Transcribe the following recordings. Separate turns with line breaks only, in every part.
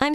I'm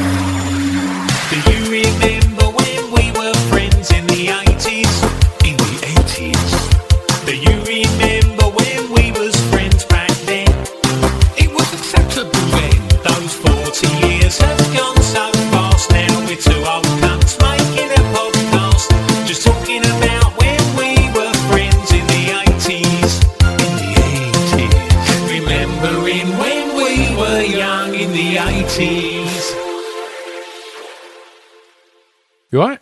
Do you remember when we were friends in the 80s? In the 80s. Do you remember when we was friends back then? It was acceptable then. Those 40 years have gone so fast. Now we're two old cunts making a podcast. Just talking about when we were friends in the 80s. In the 80s. Remembering when we were young in the 80s.
You alright?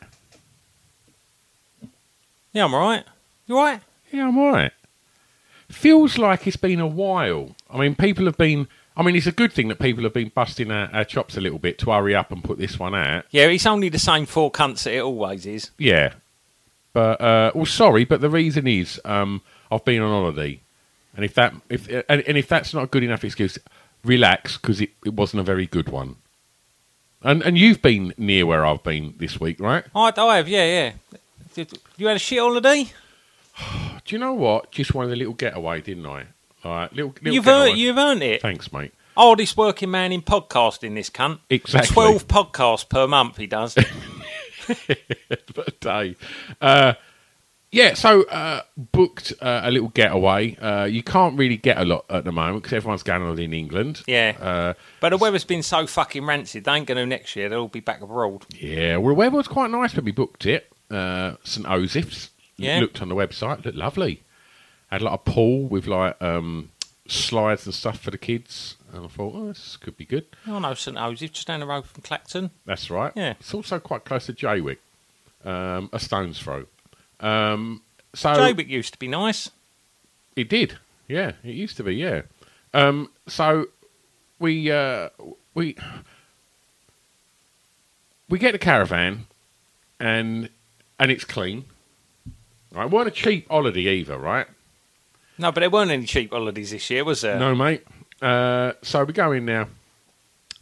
Yeah, I'm alright. You alright?
Yeah, I'm alright. Feels like it's been a while. I mean, people have been. I mean, it's a good thing that people have been busting our, our chops a little bit to hurry up and put this one out.
Yeah, it's only the same four cunts that it always is.
Yeah. But, uh, well, sorry, but the reason is um, I've been on holiday. And if that if and, and if that's not a good enough excuse, relax because it, it wasn't a very good one. And and you've been near where I've been this week, right?
I, I have, yeah, yeah. Did- You had a shit holiday?
Do you know what? Just wanted a little getaway, didn't I? Like little, little
You've
getaway.
earned, you've earned it.
Thanks, mate.
Hardest working man in podcasting, this cunt.
Exactly.
12 podcasts per month he does.
the day. Uh, yeah, so uh, booked uh, a little getaway. Uh, you can't really get a lot at the moment because everyone's going on in England.
Yeah.
Uh,
but the weather's been so fucking rancid, they ain't going to next year. They'll all be back abroad.
yeah, well, the weather was quite nice when we booked it. Uh, St. Joseph's.
Yeah.
Looked on the website, looked lovely. Had like a pool with like um, slides and stuff for the kids. And I thought, oh, this could be good.
Oh, no, St. Joseph's just down the road from Clacton.
That's right.
Yeah.
It's also quite close to Jaywick, um, a stone's throw. Um, so
Jobic used to be nice.
It did. Yeah, it used to be. Yeah. Um, so we uh, we we get the caravan, and and it's clean. Right, it weren't a cheap holiday either, right?
No, but there weren't any cheap holidays this year, was there?
No, mate. Uh, so we go in now.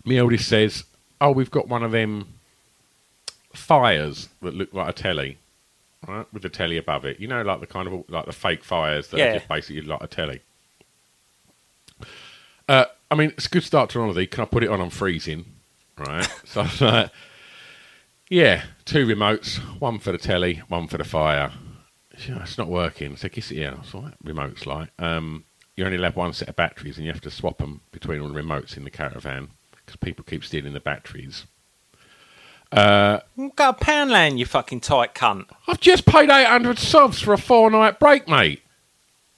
My eldest says, "Oh, we've got one of them fires that look like a telly, right, with a telly above it. You know, like the kind of like the fake fires that
Yeah.
are just basically like a telly." Uh, I mean, it's a good start to an holiday. Can I put it on? I'm freezing, right? so I'm like, yeah, two remotes, one for the telly, one for the fire. She said, It's not working. So kiss it here. I was like, remote's like, um, you only have one set of batteries and you have to swap them between all the remotes in the caravan because people keep stealing the batteries.
No. Go to Poundland, you fucking tight cunt.
I've just paid 800 subs for a four night break, mate.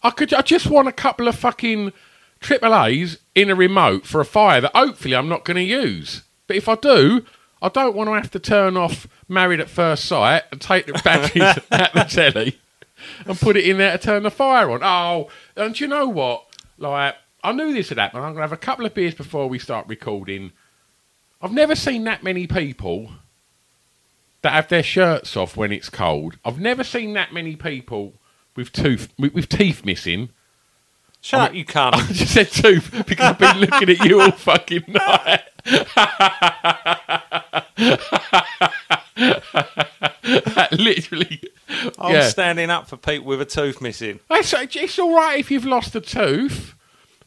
I could. I just want a couple of fucking triple A's in a remote for a fire that hopefully I'm not going to use. But if I do, I don't want to have to turn off Married at First Sight and take the batteries out the telly and put it in there to turn the fire on. Oh, and do you know what? Like, I knew this would happen. I'm going to have a couple of beers before we start recording. I've never seen that many people that have their shirts off when it's cold. I've never seen that many people with tooth with, with teeth missing.
Shut up, you cunt.
I just said tooth because I've been looking at you all fucking night. That literally,
I'm
yeah.
standing up for people with a tooth missing.
That's, it's all right if you've lost a tooth,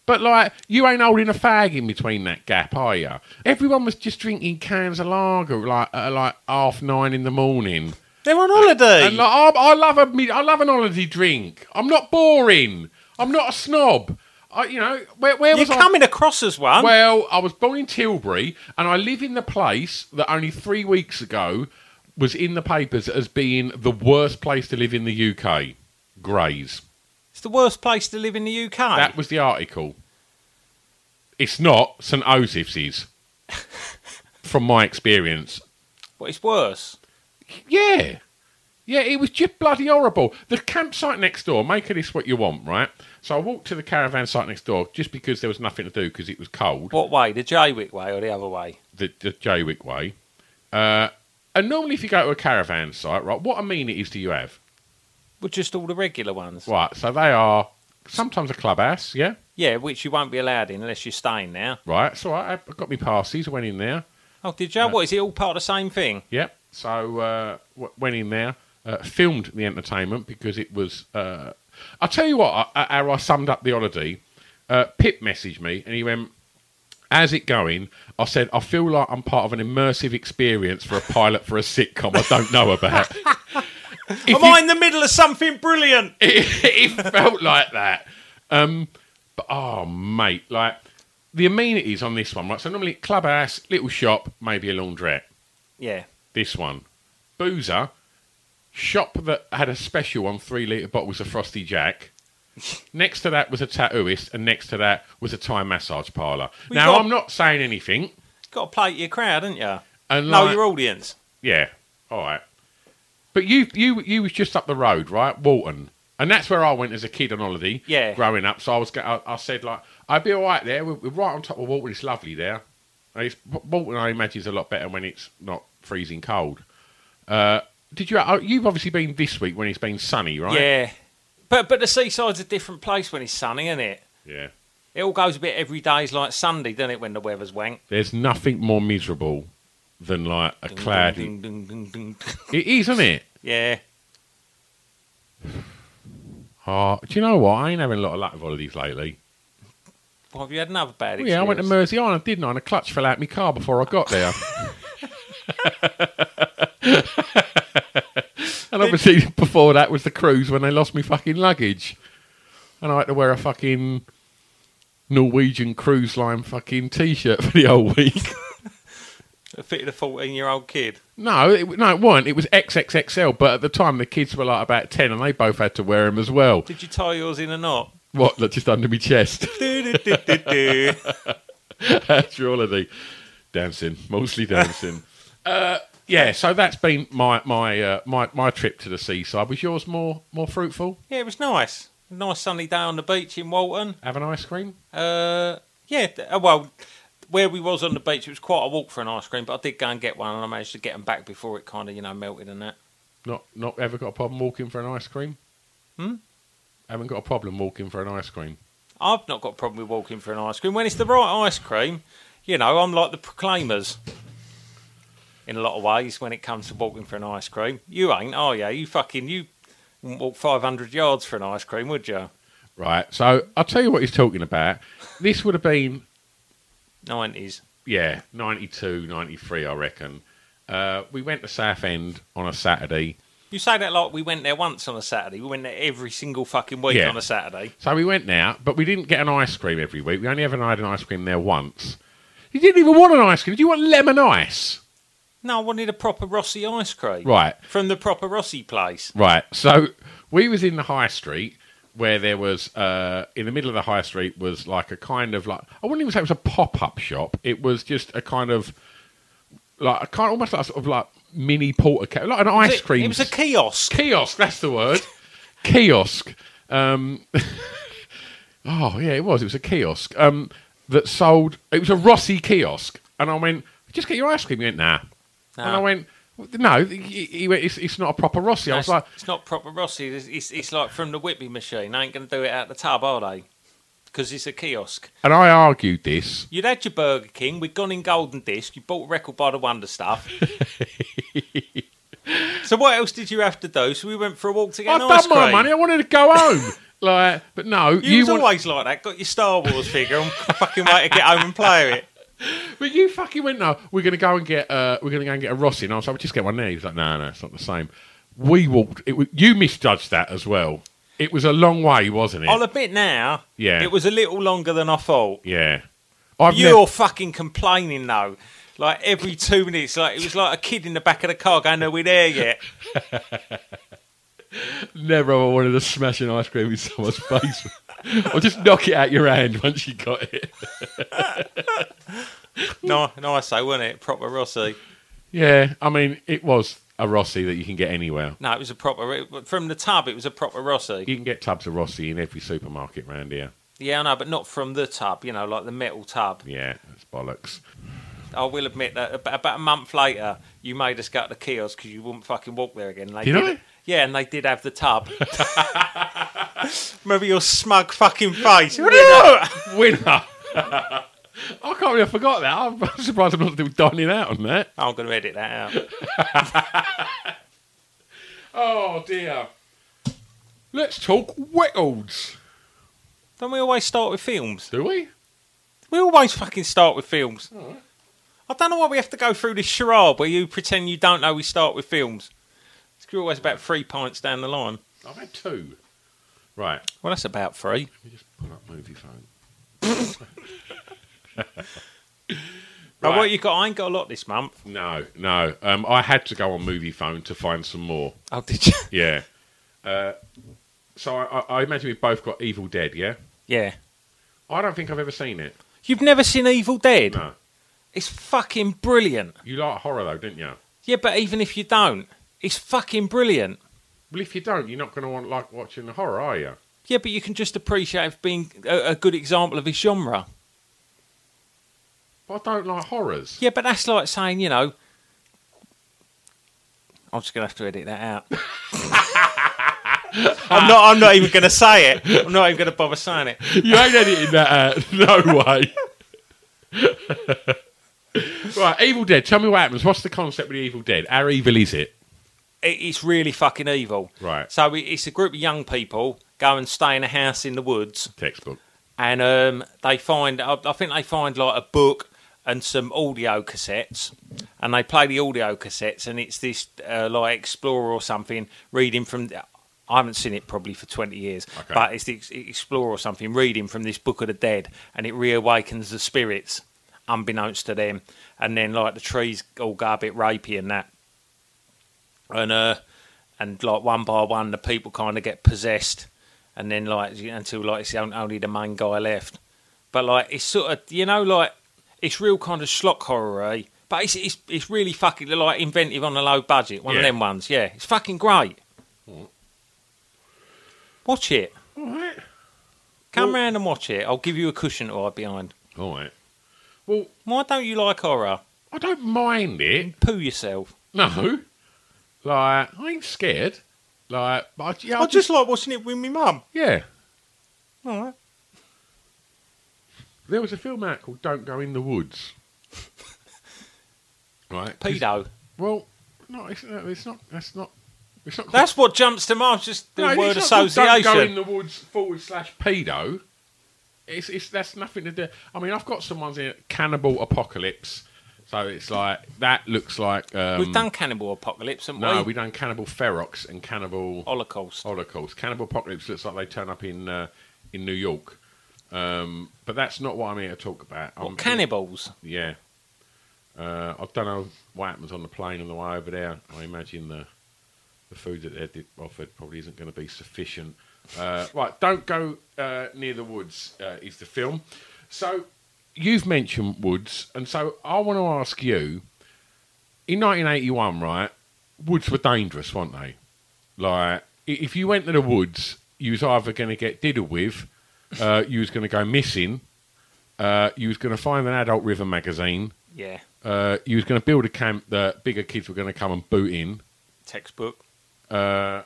but like you ain't holding a fag in between that gap, are you? Everyone was just drinking cans of lager like at like half nine in the morning.
They're on holiday.
And like, I, I love a me- I love an holiday drink. I'm not boring. I'm not a snob. I, you know, where, where
You're
was I?
coming across as one.
Well, I was born in Tilbury, and I live in the place that only three weeks ago was in the papers as being the worst place to live in the UK. Grays.
it's the worst place to live in the UK.
That was the article. It's not St Joseph's is, from my experience.
Well, it's worse.
Yeah. Yeah, it was just bloody horrible. The campsite next door, make of this what you want, right? So I walked to the caravan site next door just because there was nothing to do because it was cold,
What way? The Jaywick way or the other way?
the, the Jaywick way. Uh, and normally, if you go to a caravan site, right, what amenities do you have?
Well, just all the regular ones.
Right, so they are sometimes a clubhouse, yeah?
Yeah, which you won't be allowed in unless you're staying now.
Right, so I, I got my passes, went in there.
Oh, did you? What is it? All part of the same thing?
Yep. So uh, w- went in there, uh, filmed the entertainment because it was. Uh, I'll tell you what, uh, how I summed up the holiday. Uh, Pip messaged me and he went, "How's it going?" I said, "I feel like I'm part of an immersive experience for a pilot for a sitcom I don't know about." If
Am
you-
I in the middle of something brilliant?
it, it felt like that. Um, but oh, mate, like the amenities on this one, right? So normally clubhouse, little shop, maybe a laundrette
Yeah.
this one. Boozer, shop that had a special on three litre bottles of Frosty Jack. next to that was a tattooist, and next to that was a Thai massage parlour.
We
now,
got-
I'm not saying anything.
Got to play to your crowd, haven't you?
And
No,
like-
your audience.
Yeah, all right. But you, you, you was just up the road, right, Walton, and that's where I went as a kid on holiday.
Yeah.
growing up. So I was, go- I, I said like, I'd be all right there. We're, we're right on top of Walton. It's lovely there. And it's, Walton, I imagine, is a lot better when it's not freezing cold. Uh, did you? oh, You've obviously been this week when it's been sunny, right?
Yeah. But but the seaside's a different place when it's sunny, isn't it?
Yeah.
It all goes a bit every day's like Sunday, doesn't it, when the weather's wank?
There's nothing more miserable than like a cloudy.
Ding, ding, ding, ding, ding.
It is, isn't it?
Yeah.
Oh, do you know what? I ain't having a lot of luck with holidays lately.
Well, have you had another bad
Well,
experience?
yeah, I went to Mersey Island, didn't I? And a clutch fell out my car before I got there. and obviously, before that was the cruise when they lost me fucking luggage, and I had to wear a fucking Norwegian cruise line fucking t-shirt for the whole week.
It fitted a 14 year old kid.
no, it, no, it weren't. It was XXXL, but at the time the kids were like about ten, and they both had to wear them as well.
Did you tie yours in a knot?
What? Like just under my chest.
Do-do-do-do-do.
That's your holiday. Dancing, mostly dancing. uh, yeah, so that's been my my uh, my my trip to the seaside. Was yours more more fruitful?
yeah, it was nice. Nice sunny day on the beach in Walton.
Have an ice cream.
Uh, yeah, th- uh, well, where we was on the beach, it was quite a walk for an ice cream, but I did go and get one, and I managed to get them back before it kind of, you know, melted and that.
Not not ever got a problem walking for an ice cream.
Hmm?
Haven't got a problem walking for an ice cream.
I've not got a problem with walking for an ice cream. When it's the right ice cream, you know, I'm like the proclaimers in a lot of ways when it comes to walking for an ice cream. You ain't, are you? You fucking, you wouldn't walk 500 yards for an ice cream, would you?
Right. So I'll tell you what he's talking about. This would have been
90s.
yeah, 92, 93, I reckon. Uh, we went to Southend on a Saturday.
You say that like we went there once on a Saturday. We went there every single fucking week
Yeah.
on a Saturday.
So we went now, but we didn't get an ice cream every week. We only ever had an ice cream there once. You didn't even want an ice cream. Do you want lemon ice?
No, I wanted a proper Rossi ice cream.
Right,
From the proper Rossi place.
right. So we was in the high street where there was uh, in the middle of the high street was like a kind of like I wouldn't even say it was a pop up shop. It was just a kind of like a kind almost like a sort of like mini porter like an ice
It-
cream
It was a kiosk.
kiosk. That's the word. kiosk. Um, oh yeah, it was. It was a kiosk um, that sold. It was a Rossi kiosk, and I went, "Just get your ice cream." He went, "Nah," and
Nah.
I went, "No." He, he went, it's, "It's not a proper Rossi." I was
No,
like,
it's, it's not proper Rossi. It's, it's, it's like from the Whitby machine. They ain't going to do it out the tub, are they? Because it's a kiosk.
and I argued this.
You'd had your Burger King. We'd gone in Golden Disc. You bought a record by the Wonder Stuff. so what else did you have to do? So we went for a walk to get
I've
an ice
done my
cream.
money. I wanted to go home. like, but no,
You, was
want-
always like that. Got your Star Wars figure and fucking wait to get home and play with it.
But you fucking went, no, we're gonna go and get uh, we're gonna go and get a Rossi and I was like, we'll just get one there. He was like, No, no, it's not the same. we walked. It, wa- you misjudged that as well. It was a long way, wasn't it?
I'll admit now,
Yeah.
it was a little longer than I thought.
yeah. I've
You're
never,
fucking complaining though. Like every two minutes, like it was like a kid in the back of the car going, "Are we there yet?"
never ever wanted to smash an ice cream in someone's face. or just knock it out your hand once you got it.
no, no, I say, wasn't it proper Rossi?
Yeah, I mean, it was a Rossi that you can get anywhere.
No, it was a proper it, from the tub. It was a proper Rossi.
You can get tubs of Rossi in every supermarket round here.
Yeah, I know, but not from the tub. You know, like the metal tub.
Yeah, that's bollocks.
I will admit that ab- about a month later, you made us go to the kiosk because you wouldn't fucking walk there again. They
Did I?
Yeah, and they did have the tub. Remember your smug fucking face? Winner!
Winner! I can't believe I forgot that. I'm surprised I'm not still dining out on that.
I'm going to edit that out.
Oh dear. Let's talk Wickles.
Don't we always start with films?
Do we?
We always fucking start with films. I don't know why we have to go through this charade where you pretend you don't know we start with films. It's always about three pints down the line.
I've had two. Right.
Well, that's about three.
Let me just pull up movie phone.
Now,
Right.
what you got? I ain't got a lot this month.
No, no. Um, I had to go on movie phone to find some more.
Oh, did you?
Yeah. Uh, so I, I, I imagine we've both got Evil Dead. Yeah.
Yeah.
I don't think I've ever seen it.
You've never seen Evil Dead?
No.
It's fucking brilliant.
You like horror though, didn't you?
Yeah, but even if you don't, it's fucking brilliant.
Well, if you don't, you're not going to want like watching the horror, are you?
Yeah, but you can just appreciate it being a, a good example of his genre.
But I don't like horrors.
Yeah, but that's like saying, you know, I'm just gonna have to edit that out. I'm not. I'm not even gonna say it. I'm not even gonna bother saying it.
You ain't editing that out. No way. right, Evil Dead. Tell me what happens. What's the concept with Evil Dead? How evil is it?
it it's really fucking evil.
Right.
So it, it's a group of young people go and stay in a house in the woods,
Textbook.
and um, they find I, I think they find like a book and some audio cassettes and they play the audio cassettes and it's this uh, like explorer or something reading from i haven't seen it probably for 20 years
Okay.
but it's the Ex- explorer or something reading from this book of the dead and it reawakens the spirits unbeknownst to them and then like the trees all go a bit rapey and that and uh and like one by one the people kind of get possessed and then like until like it's on- only the main guy left but like it's sort of you know like it's real kind of schlock horror eh? but it's, it's it's really fucking like inventive on a low budget one of
Yeah.
them ones yeah it's fucking great watch it
All right.
come round and watch it i'll give you a cushion to hide behind
All right. Well,
why don't you like horror
I don't mind it.
poo yourself
No. Like, I ain't scared. Like, but I, yeah, I just,
like watching it with my mum
yeah.
all right
There was a film out called Don't Go in the Woods. right. 'cause-
pedo
Well, no, it's, no, it's not. That's not. It's not.
That's what jumps to mind. Just the
No, it's
word
not called Don't go in
association.
the woods forward slash pedo. It's, it's that's nothing to do. I mean, I've got some ones in it, Cannibal Apocalypse, so it's like that looks like. Um,
We've done Cannibal Apocalypse, haven't
no,
we?
we done Cannibal Ferox and Cannibal
Holocaust.
Holocaust. Cannibal Apocalypse looks like they turn up in uh, in New York, um, but that's not what I'm here to talk about.
What,
I'm-
cannibals.
Yeah. Uh, I don't know what happens on the plane on the way over there. I imagine the the food that they're di- offered probably isn't going to be sufficient. Uh, right, don't go uh, near the woods uh, is the film. So you've mentioned woods, and so I want to ask you. In 1981, right, woods were dangerous, weren't they? Like, i- if you went to the woods, you was either going to get diddled with, uh, you was going to go missing, uh, you was going to find an adult river magazine.
Yeah.
Uh, you was going to build a camp that bigger kids were going to come and boot in.
Textbook.
Uh,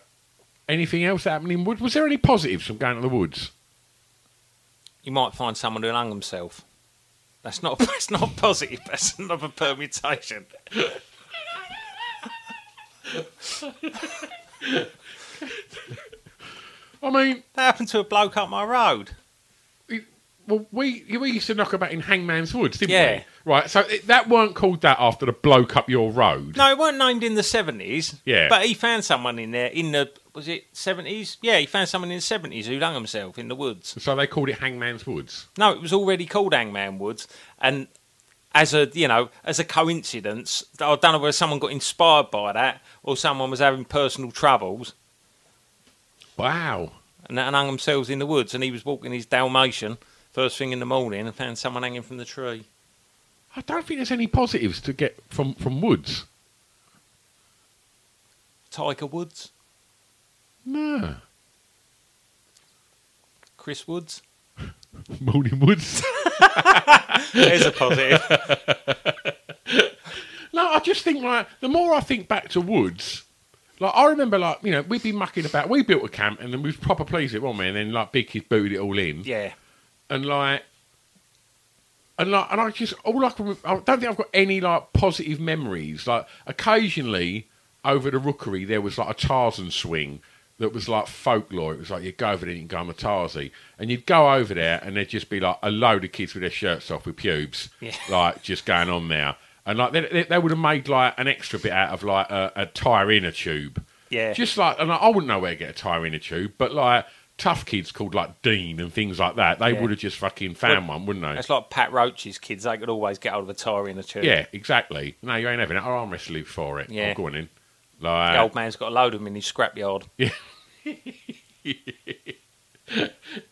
anything else that happened in woods? Was there any positives from going to the woods?
You might find someone who hung himself. That's not. That's not positive. That's another permutation.
I mean,
That happened to a bloke up my road.
Well, we we used to knock about in Hangman's Woods, didn't
Yeah.
we? Right. So it, that weren't called that after the bloke up your road.
No, it weren't named in the seventies.
Yeah.
but he found someone in there in the was it seventies? Yeah, he found someone in the seventies who hung himself in the woods.
So they called it Hangman's Woods.
No, it was already called Hangman Woods, and as a you know as a coincidence, I don't know whether someone got inspired by that or someone was having personal troubles
Wow.
and, and hung themselves in the woods, and he was walking his Dalmatian first thing in the morning and found someone hanging from the tree.
I don't think there's any positives to get from from Woods.
Tiger Woods,
No.
Chris Woods.
Morning Woods.
There's a positive.
No, I just think like the more I think back to Woods, like I remember like you know we'd be mucking about. We built a camp and then we was proper pleased it, weren't we? And then like Big Kid booted it all in,
yeah,
and like. And like, and I just all I can, I don't think I've got any like positive memories. Like occasionally over the rookery, there was like a Tarzan swing that was like folklore. It was like you'd go over there and you'd go on a Tarzan, and you'd go over there and there'd just be like a load of kids with their shirts off with pubes,
Yeah.
like just going on there. And like they, they, they would have made like an extra bit out of like a, a tire inner tube.
Yeah.
Just like, and I wouldn't know where to get a tire inner tube, but like tough kids called like Dean and things like that, they
Yeah.
would have just fucking found one, wouldn't they?
that's like Pat Roach's kids. They could always get hold of a tire in the tube.
Yeah, exactly. No, you ain't having it. I'll arm wrestle you for it. Oh,
Yeah.
I'm going in.
The
Like,
old man's got a load of them in his scrapyard.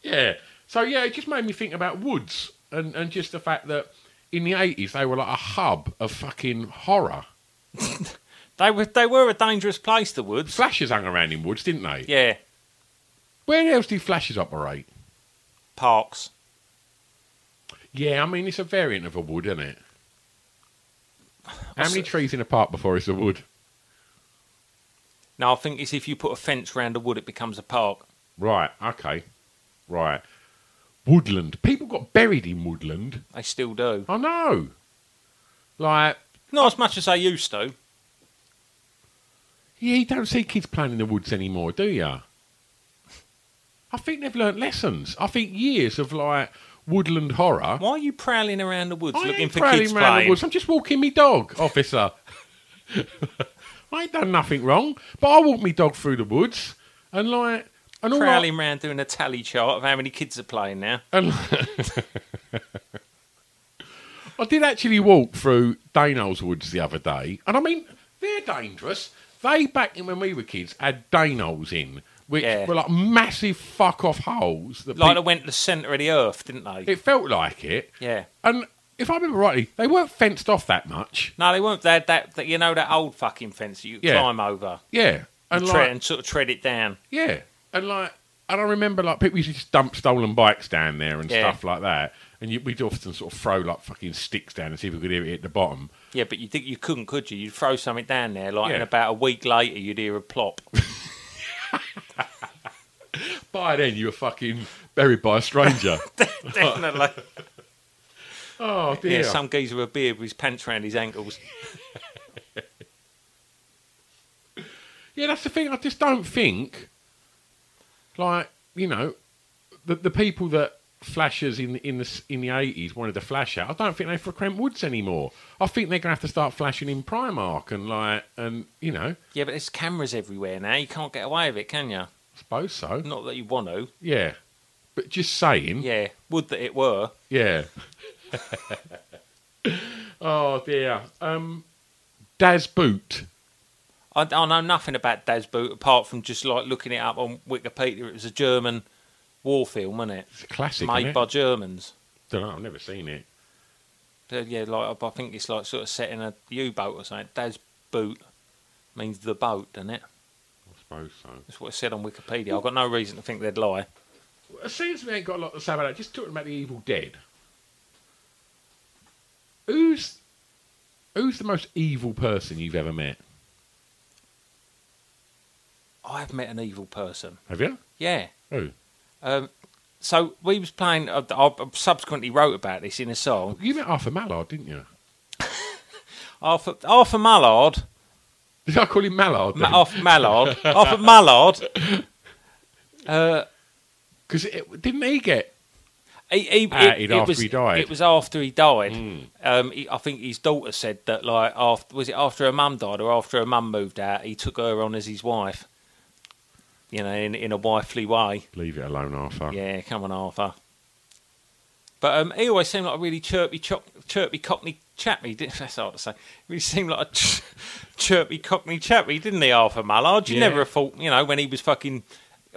yeah. So, yeah, it just made me think about Woods and, and just the fact that in the 80s they were like a hub of fucking horror.
They were they were a dangerous place, the woods.
Flashes hung around in Woods, didn't they?
Yeah,
Where else do flashes operate?
parks.
Yeah, I mean, it's a variant of a wood, isn't it? How
What's
many
the-
trees in a park before it's a wood?
No, I think it's if you put a fence round a wood, it becomes a park.
Right, okay. Right. Woodland. People got buried in woodland.
They still do.
I know. Like,
Not as much as they used to.
Yeah, you don't see kids playing in the woods anymore, do you? I think they've learnt lessons. I think years of like woodland horror.
Why are you prowling around the woods
I
looking
ain't
for
prowling
kids
round the
playing?
woods. I'm just walking me dog, officer. I ain't done nothing wrong, but I walk me dog through the woods and like and all Uh, I-
Prowling round doing a tally chart of how many kids are playing now.
And I did actually walk through Dano's Woods the other day, and I mean they're dangerous. They back in when we were kids had Dano's in, which
Yeah.
were like massive fuck off holes. That
Like they
peop-
went to the centre of the earth, didn't they?
it felt like it,
yeah.
and if I remember rightly, they weren't fenced off that much.
No, they weren't. They had that, that you know that old fucking fence that you could
Yeah.
climb over
Yeah, and
and,
like
and sort of tread it down.
yeah, and like and I remember like people used to just dump stolen bikes down there and
Yeah.
stuff like that, and you, we'd often sort of throw like fucking sticks down and see if we could hit it at the bottom.
Yeah, but you think you couldn't, could you? You'd throw something down there, like,
Yeah.
and about a week later, you'd hear a plop.
By then, you were fucking buried by a stranger.
Definitely.
oh
yeah.
dear!
some geezer with a beard with his pants around his ankles.
Yeah, that's the thing. I just don't think, like you know, the the people that flashers in the in the s- in the eighties wanted to flash out. I don't think they frequent woods anymore. I think they're gonna have to start flashing in Primark and like and you know,
Yeah, but there's cameras everywhere now. You can't get away with it, can you?
I suppose so.
Not that you want to.
Yeah, but just saying.
Yeah, would that it were.
Yeah. oh dear. Um, Daz Boot.
I, I know nothing about Das Boot apart from just like looking it up on Wikipedia. It was a German war film, wasn't it?
It's a classic.
Made
isn't it?
by Germans.
Don't know. I've never seen it.
So, yeah, like I think it's like sort of set in a U boat or something. Das Boot means the boat, doesn't it?
I suppose so.
That's what it said on Wikipedia. I've got no reason to think they'd lie.
Well, Since we ain't got a lot to say about it, just talking about the Evil Dead. Who's who's the most evil person you've ever met?
I have met an evil person.
Have you?
Yeah.
Who?
Um, so we was playing. I, I subsequently wrote about this in a song.
You met Arthur Mallard, didn't you?
Arthur, Arthur Mallard,
Did I call him Mallard?
Ma- Arthur Mallard, Arthur Mallard. Uh,
Because didn't he get?
He, he, it,
Outed
it
Ah, after
was,
he died. Hmm.
It was after he died. Um, he, I think his daughter said that, like, after, was it after her mum died or after her mum moved out? He took her on as his wife, you know, in, in a wifely way.
Leave it alone, Arthur.
Yeah, come on, Arthur. But um, he always seemed like a really chirpy, choc chirpy Cockney chappy. Didn't, that's hard to say. Really seemed like a ch- chirpy Cockney chappy, didn't he, Arthur Mallard? You
Yeah.
never have thought, you know, when he was fucking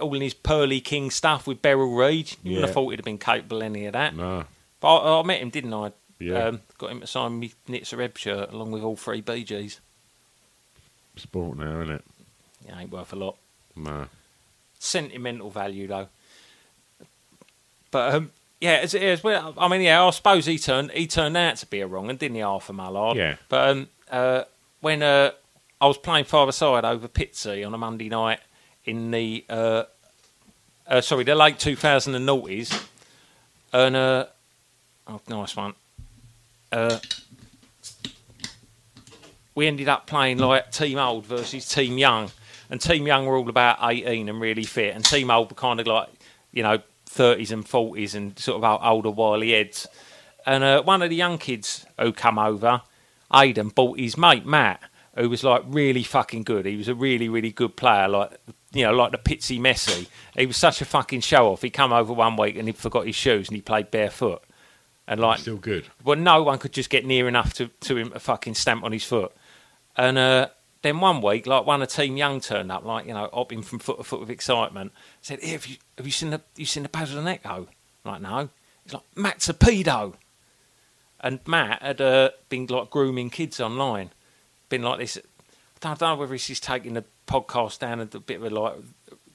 all in his pearly king stuff with Beryl Reed, you wouldn't
Yeah.
have thought he'd have been capable of any of that.
No.
But I, I met him, didn't I?
Yeah.
Um, got him to sign me Knits a Reb shirt along with all three BGs.
Sport now, isn't it?
It ain't worth a lot.
No.
sentimental value though. But um, yeah, as it is, well, I mean, yeah, I suppose he turned he turned out to be a wrong, and didn't he, Arthur Mallard?
Yeah.
But um, uh, when uh, I was playing five side over Pitsy on a Monday night in the uh, uh, sorry, the late two thousand and noughties, and uh, oh, nice one. Uh, we ended up playing like Team Old versus Team Young, and Team Young were all about eighteen and really fit, and Team Old were kind of like you know thirties and forties and sort of out older wily heads. And uh, one of the young kids who come over, Aidan, bought his mate Matt, who was like really fucking good. He was a really really good player, like you know like the Pitsy Messi. He was such a fucking show off. He come over one week and he forgot his shoes and he played barefoot. And like
Still good.
well, no one could just get near enough to, to him to fucking stamp on his foot. And uh, then one week, like one of Team Young turned up, like you know, hopping from foot to foot with excitement. Said, hey, "Have you have you seen the you seen the Basil and Echo?" I'm like, no. He's like, "Matt's a pedo." And Matt had uh, been like grooming kids online, been like this. I don't, I don't know whether this is taking the podcast down a bit of a like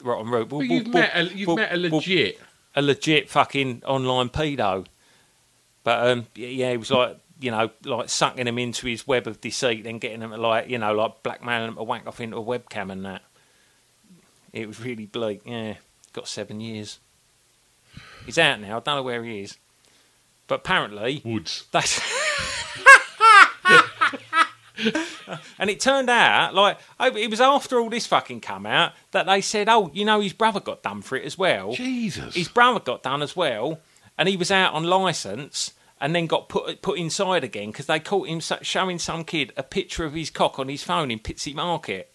rotten route.
But you've met a, you've met a legit.
a legit fucking online pedo. But um, y- yeah, he was like, you know, like sucking him into his web of deceit and getting him to like, you know, like blackmailing him to whack off into a webcam and that. It was really bleak. Yeah, got seven years. He's out now. I don't know where he is, but apparently
Woods.
that's. and it turned out, like, oh, it was after all this fucking come out that they said, oh, you know, his brother got done for it as well
Jesus.
his brother got done as well, and he was out on license and then got put put inside again because they caught him so- showing some kid a picture of his cock on his phone in Pitsy Market.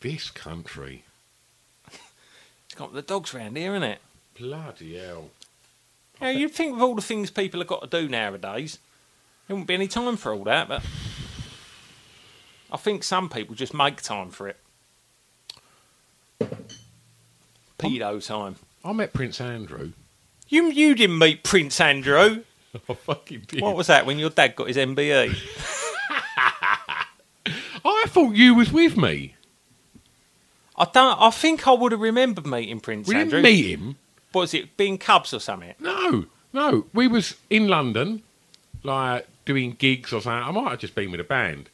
this country.
It's got the dogs round here, isn't it?
Bloody hell.
Yeah, you'd think with all the things people have got to do nowadays, there wouldn't be any time for all that. But I think some people just make time for it. Pedo time.
I met Prince Andrew.
You you didn't meet Prince Andrew.
I fucking did.
What was that when your dad got his E? MBE?
I thought you was with me.
I don't. I think I would have remembered meeting Prince
We
Andrew.
didn't meet him.
What was it? Being Cubs or something?
No, no. We was in London, like doing gigs or something. I might have just been with a band,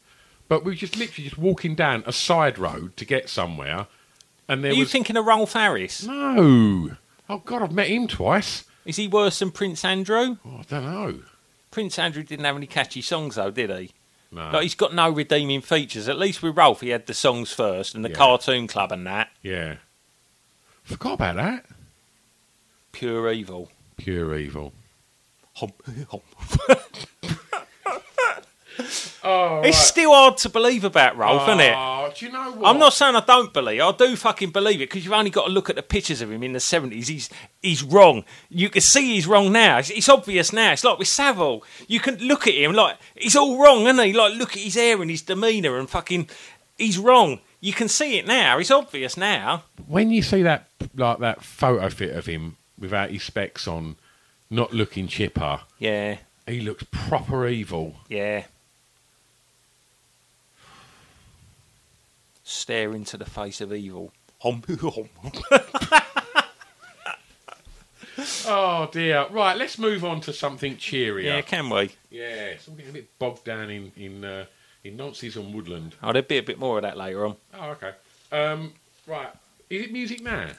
but we were just literally just walking down a side road to get somewhere, and there
Are you
was
thinking of Rolf Harris?
no. Oh God, I've met him twice.
Is he worse than Prince Andrew?
Oh, I don't know.
Prince Andrew didn't have any catchy songs though, did he?
No.
Like he's got no redeeming features. At least with Rolf, he had the songs first and the
Yeah.
Cartoon Club and that.
yeah. Forgot about that.
Pure evil.
Pure evil.
Hom, hom. It's still hard to believe about Rolf, isn't it?
Oh, do you know what?
I'm not saying I don't believe. it. I do fucking believe it because you've only got to look at the pictures of him in the 70s. He's he's wrong. You can see he's wrong now. It's, it's obvious now. It's like with Savile. You can look at him like he's all wrong, isn't he? Like look at his hair and his demeanour and fucking he's wrong. You can see it now. It's obvious now.
when you see that like that photo fit of him without his specs on, not looking chipper.
Yeah,
He looks proper evil.
yeah. Stare into the face of evil. Hom, hom.
Oh dear. Right, let's move on to something cheerier.
Yeah, can we?
Yeah, it's all getting a bit bogged down in in uh, in nonsense and woodland.
Oh, there'll be a bit more of that later on.
Oh, okay. Um, right, is it music now?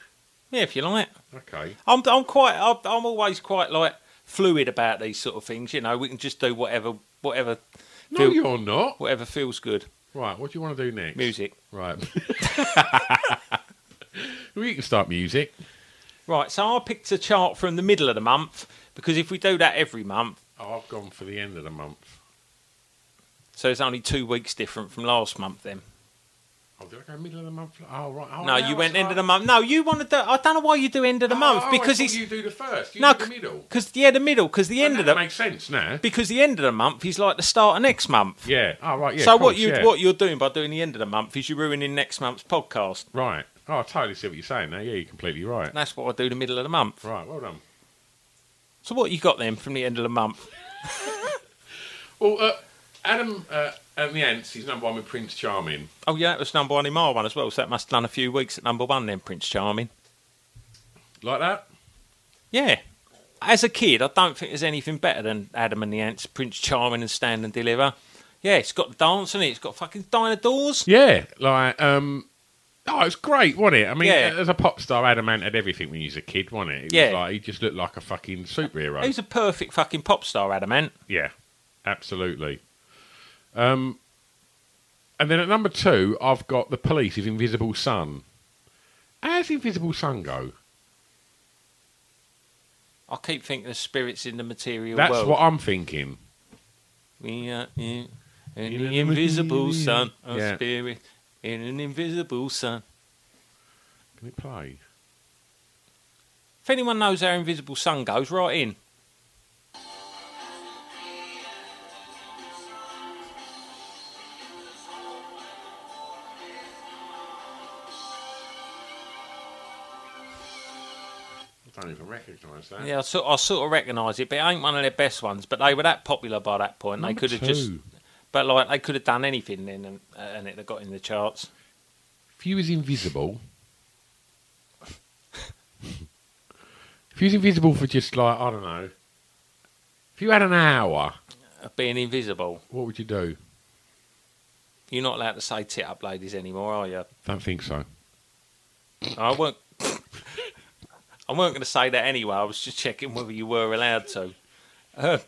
Yeah, if you like.
Okay.
I'm I'm quite I'm, I'm always quite like fluid about these sort of things. You know, we can just do whatever whatever
No,
feel-
you're not.
whatever feels good.
Right, what do you want to do next?
Music.
Right. well, you can start music.
Right, so I picked a chart from the middle of the month because if we do that every month,
Oh, I've gone for the end of the month.
so it's only two weeks different from last month then.
Oh, did I go middle of the month? Oh, right. Oh,
no,
now
you went
it's
end of the
like-
month. No, you want to do. I don't know why you do end of the
Oh,
month
oh, I
because
thought
it's
you do the first. You
no,
do the middle.
because yeah, the middle because the
Oh,
end
that
of the
makes sense now.
because the end of the month is like the start of next month.
Yeah. Oh, right. Yeah.
so
of
what
course,
you
yeah.
what you're doing by doing the end of the month is you're ruining next month's podcast.
Right. Oh, I totally see what you're saying now. Yeah, you're completely right.
And that's what I do the middle of the month.
Right. Well done.
So what you got then from the end of the month?
Well, uh, Adam uh, and the Ants. He's number one with Prince Charming.
Oh yeah, that was number one in my one as well. So that must have done a few weeks at number one then, Prince Charming.
Like that.
Yeah. As a kid, I don't think there's anything better than Adam and the Ants, Prince Charming, and Stand and Deliver. Yeah, it's got the dance in it. It's got fucking dinosaurs.
Yeah. Like um. Oh, it's great, wasn't it? I mean,
Yeah.
as a pop star, Adam Ant had everything when he was a kid, wasn't it? It
Yeah.
was like he just looked like a fucking superhero.
He's a perfect fucking pop star, Adamant.
Yeah, absolutely. Um, and then at number two, I've got the police is Invisible Sun. How's Invisible Sun go?
I keep thinking of spirits in the material
That's
world.
what I'm thinking.
We are in, in
In
the
an
invisible sun, a
Yeah.
spirit in an invisible sun.
Can it play?
If anyone knows how Invisible Sun goes, right in.
I don't even recognise that.
Yeah, I sort, I sort of recognise it, but it ain't one of their best ones. But they were that popular by that point.
Number
they could have just,
two.
but like they could have done anything then, and, uh, and it got in the charts.
If you was invisible. if you was invisible for just like, I don't know. If you had an hour,
Of being invisible,
what would you do?
you're not allowed to say tit up ladies anymore, are you?
Don't think so.
I weren't. I weren't going to say that anyway. I was just checking whether you were allowed to. Uh,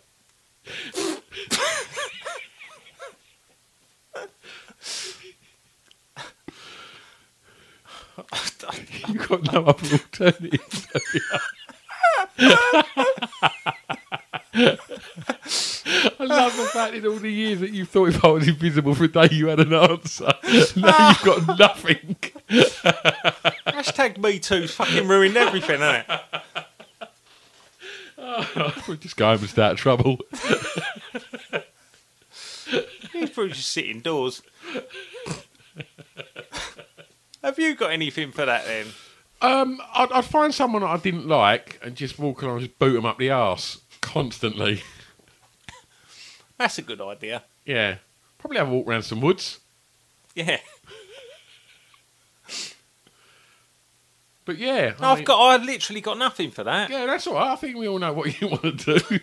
You've got no other alternative. I love the fact in all the years that you thought if I was invisible for a day, you had an answer. Now you've got nothing.
hashtag Me Too's fucking ruined everything, hasn't it?
We'll just go home and start trouble.
He's probably just sitting indoors. Have you got anything for that then?
Um, I'd, I'd find someone that I didn't like and just walk along and just boot them up the arse constantly.
That's a good idea.
Yeah. Probably have a walk round some woods.
Yeah.
But yeah.
No,
I
I've
mean-
got. I literally got nothing for that.
Yeah, that's all right. I think we all know what you want to do.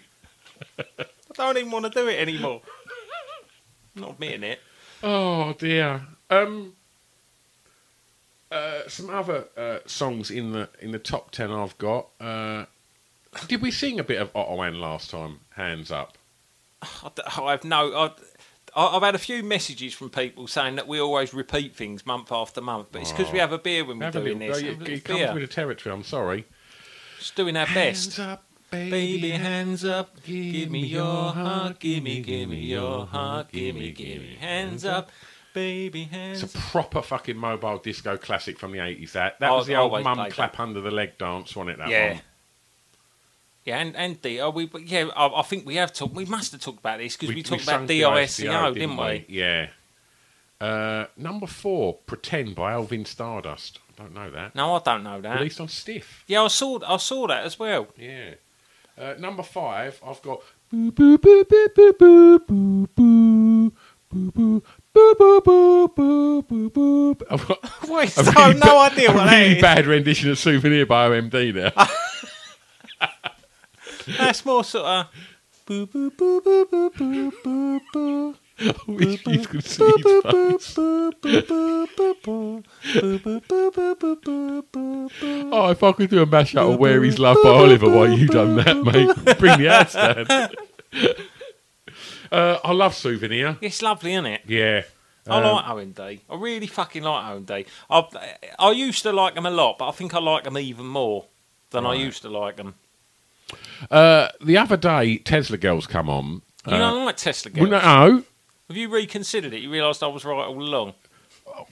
I don't even want to do it anymore. I'm not admitting it.
Oh dear. Um, uh, some other uh, songs in the in the top ten I've got. Uh, did we sing a bit of Ottoman last time? Hands up.
I, d- I have no. I, I- I've had a few messages from people saying that we always repeat things month after month, but it's because we have a beer when we're
Oh. Have a
doing
little,
this.
oh,
Have a
it,
little
it comes
beer.
with the territory. I'm sorry.
Just doing our best.
up, baby.
Baby, hands up. Give me your heart. Give me, give me your heart. Give me, give me hands up. Baby, hands
It's
up.
a proper fucking mobile disco classic from the eighties. That that
I
was the old
always
mum
Oh, played
clap under the leg dance, wasn't it? That
Yeah.
one.
Yeah, and, and D, are we, but yeah, I, I think we have talked, we must have talked about this because we, talked about
sung
DISCO, didn't we?
Yeah. Uh, number four, Pretend by Elvin Stardust. I don't know that.
No, I don't know that.
Released on Stiff.
Yeah, I saw I saw that as well.
Yeah. Uh, number five, I've got. Boo boo boo boo boo boo boo boo boo boo boo boo boo boo boo boo. boo. I've got
Wait,
a
so I have
really
no
ba-
idea
a
what that
really
is.
bad rendition of Souvenir by OMD now.
That's more sort of
boo boo boo boo boo boo boo boo. I wish you could see his face. Oh, if I could do a mashup of Where Is Love by Oliver while you done that, mate. Bring the ass down. Uh, I love Souvenir.
it's lovely, isn't it?
Yeah. Um,
I like O and D. I really fucking like O and D. I I used to like them a lot, but I think I like them even more. than I used to like them.
Uh, the other day, Tesla Girls come on.
You don't like Tesla girls.
Wouldn't no, uh,
Have you reconsidered it? You realised I was right all along.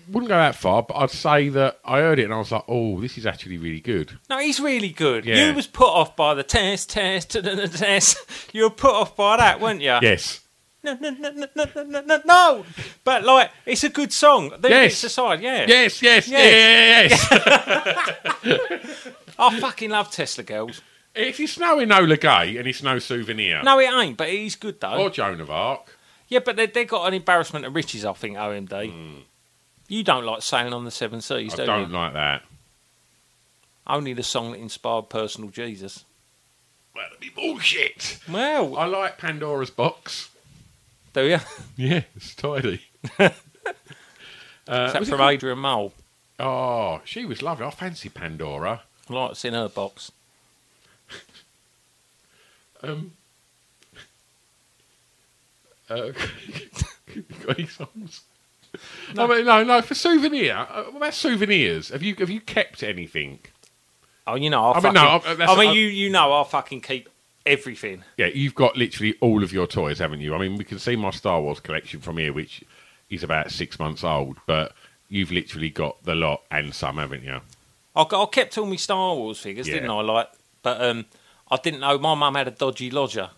wouldn't go that far, but I'd say that I heard it and I was like, oh, this is actually really good.
No, he's really good.
Yeah.
You was put off by the test, test, da, da, da, test. You were put off by that, weren't you?
Yes.
No, no, no, no, no, no, no, no, no. But like, it's a good song. The
Yes.
yes. aside, yeah.
Yes, yes, yes.
Yes.
yes.
I fucking love Tesla Girls.
if it's no Enola Gay and it's no souvenir,
No, it ain't. But he's good though.
or Joan of Arc,
Yeah, but they they got an embarrassment of riches. I think OMD. You don't like sailing on the seven seas,
Hmm. I
do
don't
you?
like that.
Only the song that inspired personal Jesus.
Well, that'd be bullshit.
Well,
I like Pandora's Box.
do you?
Yeah, it's tidy.
Except
uh, was it
from Adrian Mole.
Oh, she was lovely. I fancy Pandora.
I like what's in her box.
Um, uh, got any songs? No. I mean, no, no. For souvenir, uh, what about souvenirs? Have you have you kept anything?
Oh, you know, I,
I mean,
fucking,
no, I- that's- uh,
I mean,
I-
you you know, I fucking keep everything.
Yeah, you've got literally all of your toys, haven't you? I mean, we can see my Star Wars collection from here, which is about six months old, but you've literally got the lot and some, haven't you?
I, got- I kept all my Star Wars figures,
Yeah.
didn't I? Like, but um, I didn't know my mum had a dodgy lodger,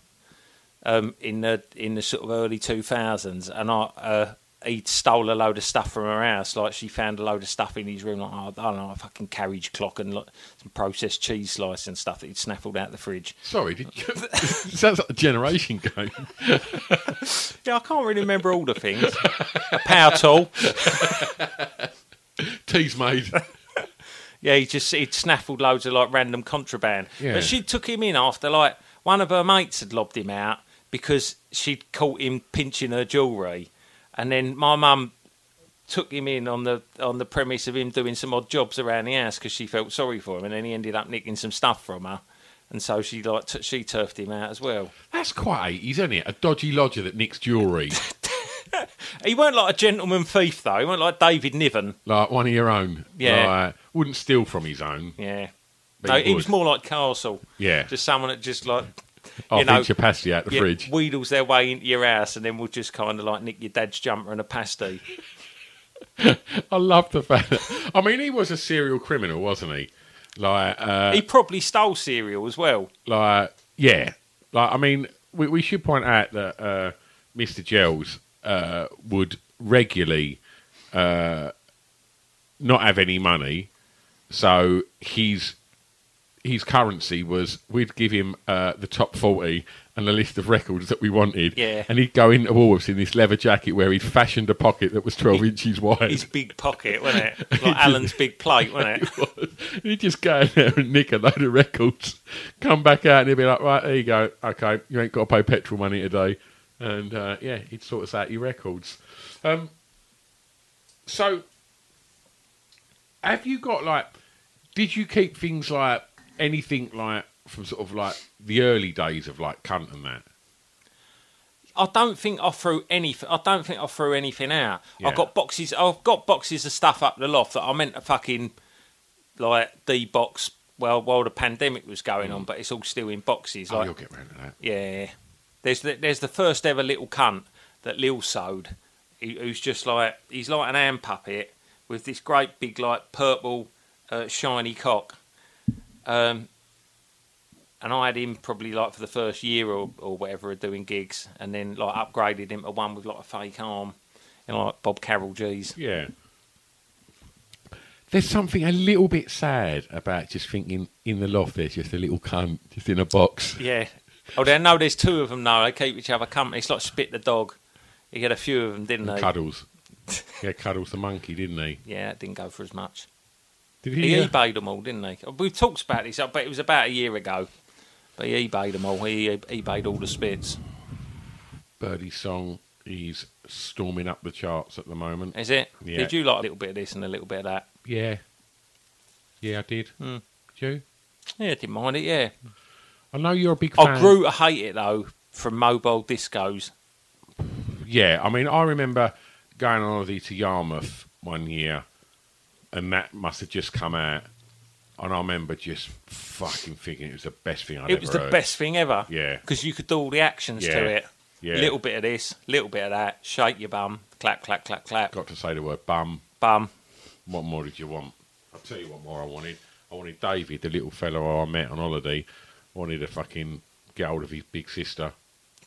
um, in the in the sort of early two thousands, and I uh, he stole a load of stuff from her house. Like, she found a load of stuff in his room, like oh, I don't know, a fucking carriage clock and like, some processed cheese slice and stuff that he'd snaffled out the fridge.
Sorry, did you? sounds like a generation game.
Yeah, I can't really remember all the things. a power tool.
Tease made.
Yeah, he just he'd snaffled loads of like random contraband.
Yeah.
But she took him in after like one of her mates had lobbed him out because she'd caught him pinching her jewellery, and then my mum took him in on the on the premise of him doing some odd jobs around the house because she felt sorry for him, and then he ended up nicking some stuff from her, and so she like t- she turfed him out as well.
That's quite eighties, isn't it? A dodgy lodger that nicks jewellery,
He weren't like a gentleman thief though. He weren't like David Niven.
like one of your own.
Yeah.
Like, wouldn't steal from his own.
Yeah.
But
no,
he
he was
would.
more like Castle.
Yeah.
Just someone that just like
I'll
you know,
pinch your pasty out the
yeah,
fridge.
Wheedles their way into your house, and then we'll just kind of like nick your dad's jumper and a pasty.
I love the fact. That, I mean, he was a serial criminal, wasn't he? Like, uh,
he probably stole cereal as well.
like, yeah. Like, I mean, we, we should point out that uh, Mr. Gels uh, would regularly uh, not have any money, so his his currency was we'd give him uh, the top forty and a list of records that we wanted,
Yeah.
and he'd go into Woolworths in this leather jacket where he'd fashioned a pocket that was twelve inches wide.
His big pocket, wasn't it? Like Alan's big plate, wasn't it?
he would just go in there and nick a load of records, come back out, and he'd be like, right, there you go. Okay, you ain't got to pay petrol money today. And uh, yeah, he'd sort us out your records. Um, so, have you got like, did you keep things like anything like from sort of like the early days of like cunt and that?
I don't think I threw anything. I don't think I threw anything out.
Yeah.
I've got boxes. I've got boxes of stuff up the loft that I meant to fucking like de-box. Well, while the pandemic was going on, but it's all still in boxes.
Mm. oh,
Like
you'll get round to that.
Yeah. There's the, there's the first ever little cunt that Lil sewed, who- who's just like, he's like an hand puppet with this great big, like, purple, uh, shiny cock. Um, and I had him probably like for the first year or, or whatever of doing gigs, and then like upgraded him to one with like a fake arm, you know, like Bob Carroll G's.
Yeah. There's something a little bit sad about just thinking in the loft there's just a little cunt just in a box.
Yeah. Oh, there, no, there's two of them now. They keep each other company. It's like Spit the Dog. He had a few of them, didn't they?
Cuddles. yeah, Cuddles the monkey, didn't he?
Yeah, it didn't go for as much.
Did
He
he? uh,
eBayed them all, didn't he? We've talked about this, but it was about a year ago. But he eBayed them all. He e-, eBayed all the spits.
Birdie song. He's storming up the charts at the moment.
Is it?
Yeah.
Did you like a little bit of this and a little bit of that?
Yeah. Yeah, I did.
Hmm.
Did you?
Yeah, didn't mind it. Yeah,
I know you're a big fan.
I grew to hate it though from mobile discos.
Yeah, I mean, I remember going on holiday to Yarmouth one year, and that must have just come out. And I remember just fucking thinking it was the best thing I'd
it
ever
was the
heard.
best thing ever.
Yeah.
Because you could do all the actions
Yeah.
to it.
Yeah.
Little bit of this, little bit of that. Shake your bum. Clap, clap, clap, clap.
Got to say the word bum.
Bum.
What more did you want? I'll tell you what more I wanted. I wanted David, the little fellow I met on holiday, wanted to fucking get hold of his big sister.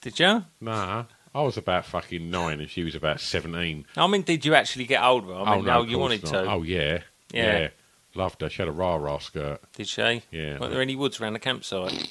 Did you?
Nah, I was about fucking nine and she was about 17.
I mean, did you actually get older? I mean,
of
you
course
wanted
not.
to.
Oh, yeah.
Yeah.
yeah. Loved her. She had a rah rah skirt.
Did she?
Yeah.
Were there any woods around the campsite?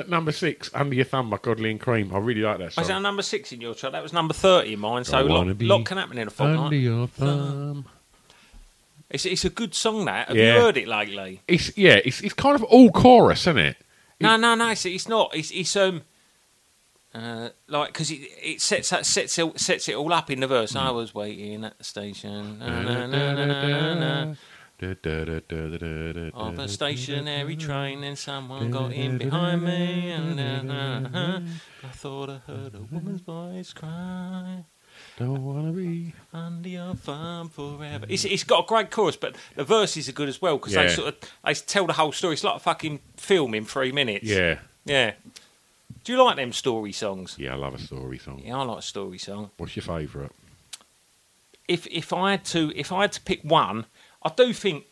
at number six, Under Your Thumb by Godly and Cream. I really like that song.
Was that number six in your chart? That was number 30 in mine, so a
wanna
lot,
be
lot can happen in a
Under
fortnight.
Your Thumb.
It's, it's a good song, that. Have
Yeah.
you heard it lately?
It's, yeah, it's, it's kind of all chorus, isn't it?
No, no, no. It's, it's not. It's, it's um, uh, like because it, it sets that sets it, sets it all up in the verse.
Hmm.
I was waiting at the station. Na, na, na, na, na, na. Of a stationary train, and someone got in behind me, and na, na, na. I thought I heard a woman's voice cry
Don't wanna be.
under your thumb forever. It's, it's got a great chorus, but the verses are good as well because they
Yeah.
sort of they tell the whole story. It's like a fucking film in three minutes.
Yeah,
Yeah. Do you like them story songs?
yeah, I love a story song.
Yeah, I like a story song.
What's your favourite?
If if I had to if I had to pick one, I do think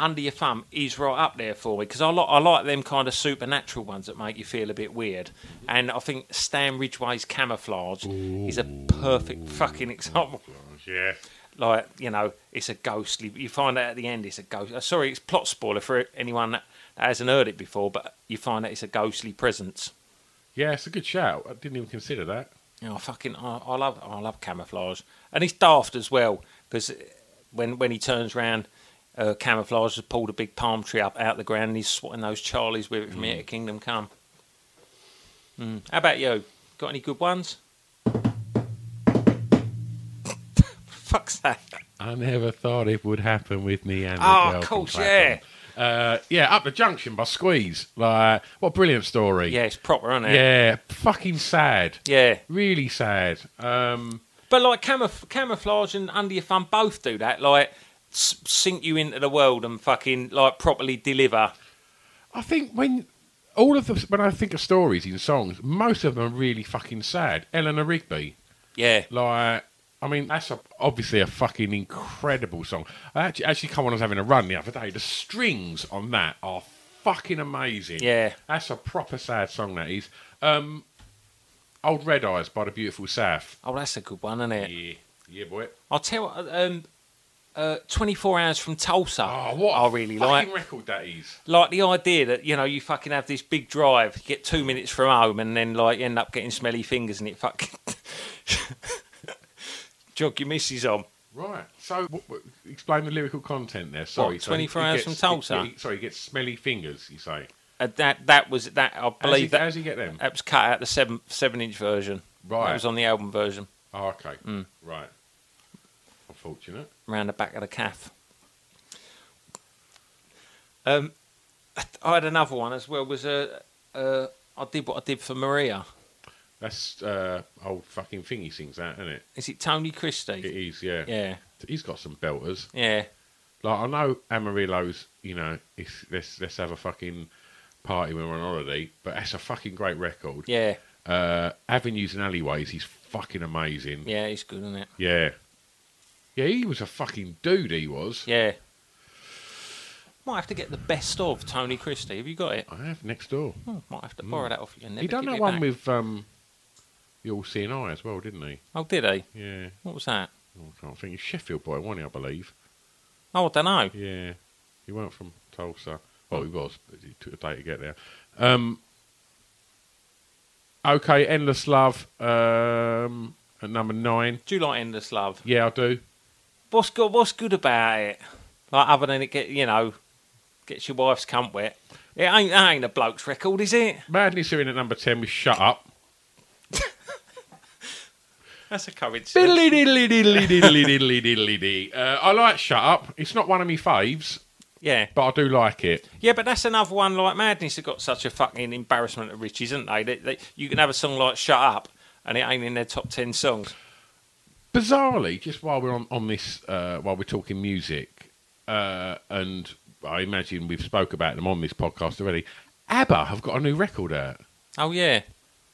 Under Your Thumb is right up there for me because I like I like them kind of supernatural ones that make you feel a bit weird, and I think Stan Ridgway's Camouflage is a perfect fucking example.
Yeah.
Like you know, it's a ghostly. You find out at the end it's a ghost. uh, Sorry, it's plot spoiler for anyone that hasn't heard it before, but you find out it's a ghostly presence.
Yeah, it's a good shout. I didn't even consider that.
You know, I fucking, I, I love, I love camouflage, and he's daft as well because when when he turns round, uh, camouflage has pulled a big palm tree up out the ground, and he's swatting those Charlies with it from here to Kingdom Come. Mm. How about you? Got any good ones? Fuck's that?
I never thought it would happen with me and the
Oh,
girl
of
from
course,
Clapham. Uh, yeah, Up the Junction by Squeeze. Like, what a brilliant story.
Yeah, it's proper, isn't it?
Yeah, fucking sad.
yeah.
Really sad. Um,
But like camouf- camouflage and under your thumb both do that. Like s- sink you into the world and fucking like properly deliver.
I think when all of the when I think of stories in songs, most of them are really fucking sad. Eleanor Rigby,
Yeah.
like. I mean, that's a, obviously a fucking incredible song. I actually, actually come on, I was having a run the other day. The strings on that are fucking amazing.
Yeah.
That's a proper sad song, that is. Um, Old Red Eyes by the Beautiful South.
Oh, that's a good one, isn't it?
Yeah, yeah, boy.
I'll tell you what, um, uh, 24 Hours from Tulsa.
Oh, what
I
a
really like.
fucking record that is.
like the idea that you know you fucking have this big drive, you get two minutes from home, and then like you end up getting smelly fingers, and it fucking jog your missus on.
Right. So, what, what, explain the lyrical content there. Sorry. so he-
24
he
hours
gets-
from Tulsa?
he- he- sorry, he gets smelly fingers. You say.
And Uh, that that was that I
How does he,
believe that Mm.
how does he get them?
that was cut out the seven seven inch version.
Right.
that was on the album version,
Oh, okay.
Mm.
Right. Unfortunate.
round the back of the calf. Um, I had another one as well. Was a uh, uh, I did what I did for Maria.
That's uh, old fucking thing he sings that, isn't it?
Is it Tony Christie?
It is, yeah.
yeah,
He's got some belters.
yeah.
Like I know Amarillo's, you know, it's, let's let's have a fucking party when we're on holiday, but that's a fucking great record.
Yeah,
Uh, Avenues and Alleyways, he's fucking amazing.
yeah, he's good, isn't it?
Yeah. Yeah, he was a fucking dude, he was.
Yeah. Might have to get the best of Tony Christie. Have you got it?
I have next door.
Oh, might have to borrow that off you. And never
he done
give
that
it
one
back.
with um, the All Seeing Eye as well, didn't he?
Oh, did he?
Yeah.
What was that?
Oh, I can't think. He's Sheffield boy, wasn't he, I believe?
Oh, I don't know.
Yeah. He weren't from Tulsa. Well, he was, but it took a day to get there. Um, okay, Endless Love um, at number nine.
Do you like Endless Love?
Yeah, I do.
What's good? What's good about it? Like other than it get you know, gets your wife's cunt wet. It ain't that ain't a bloke's record, is it?
Madness are in at number 10 with Shut Up.
That's a coincidence.
Diddly diddly diddly diddly diddly diddly dee. Uh, I like Shut Up. It's not one of my faves,
Yeah,
but I do like it.
yeah, but that's another one like Madness have got such a fucking embarrassment of riches, isn't they? They, they? You can have a song like Shut Up, and it ain't in their top ten songs.
bizarrely, just while we're on on this, uh, while we're talking music, uh, and I imagine we've spoke about them on this podcast already. ABBA have got a new record out.
Oh yeah,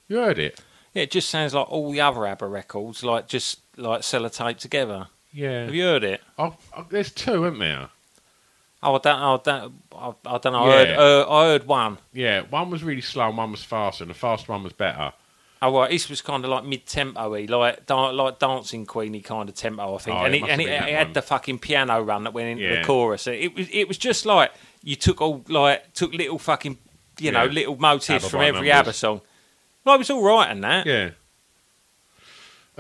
You heard it?
Yeah, it just sounds like all the other ABBA records, like just like sellotape together.
Yeah.
Have you heard it?
Oh, oh, there's two, aren't there?
Oh, I don't, I don't, I, I don't know. I,
Yeah.
heard, uh, I heard one.
Yeah, one was really slow and one was fast, and the fast one was better.
Oh, well, this was kind of like mid-tempo-y, like dan- like Dancing Queeny kind of tempo, I think.
Oh,
and
it
it,
must
and
have
it,
been that
it
one.
had the fucking piano run that went into
Yeah.
the chorus. It, it was it was just like you took all like took little fucking you know
Yeah.
little motifs
ABBA
from
by
every
numbers.
ABBA song. Like it was all right and that.
Yeah.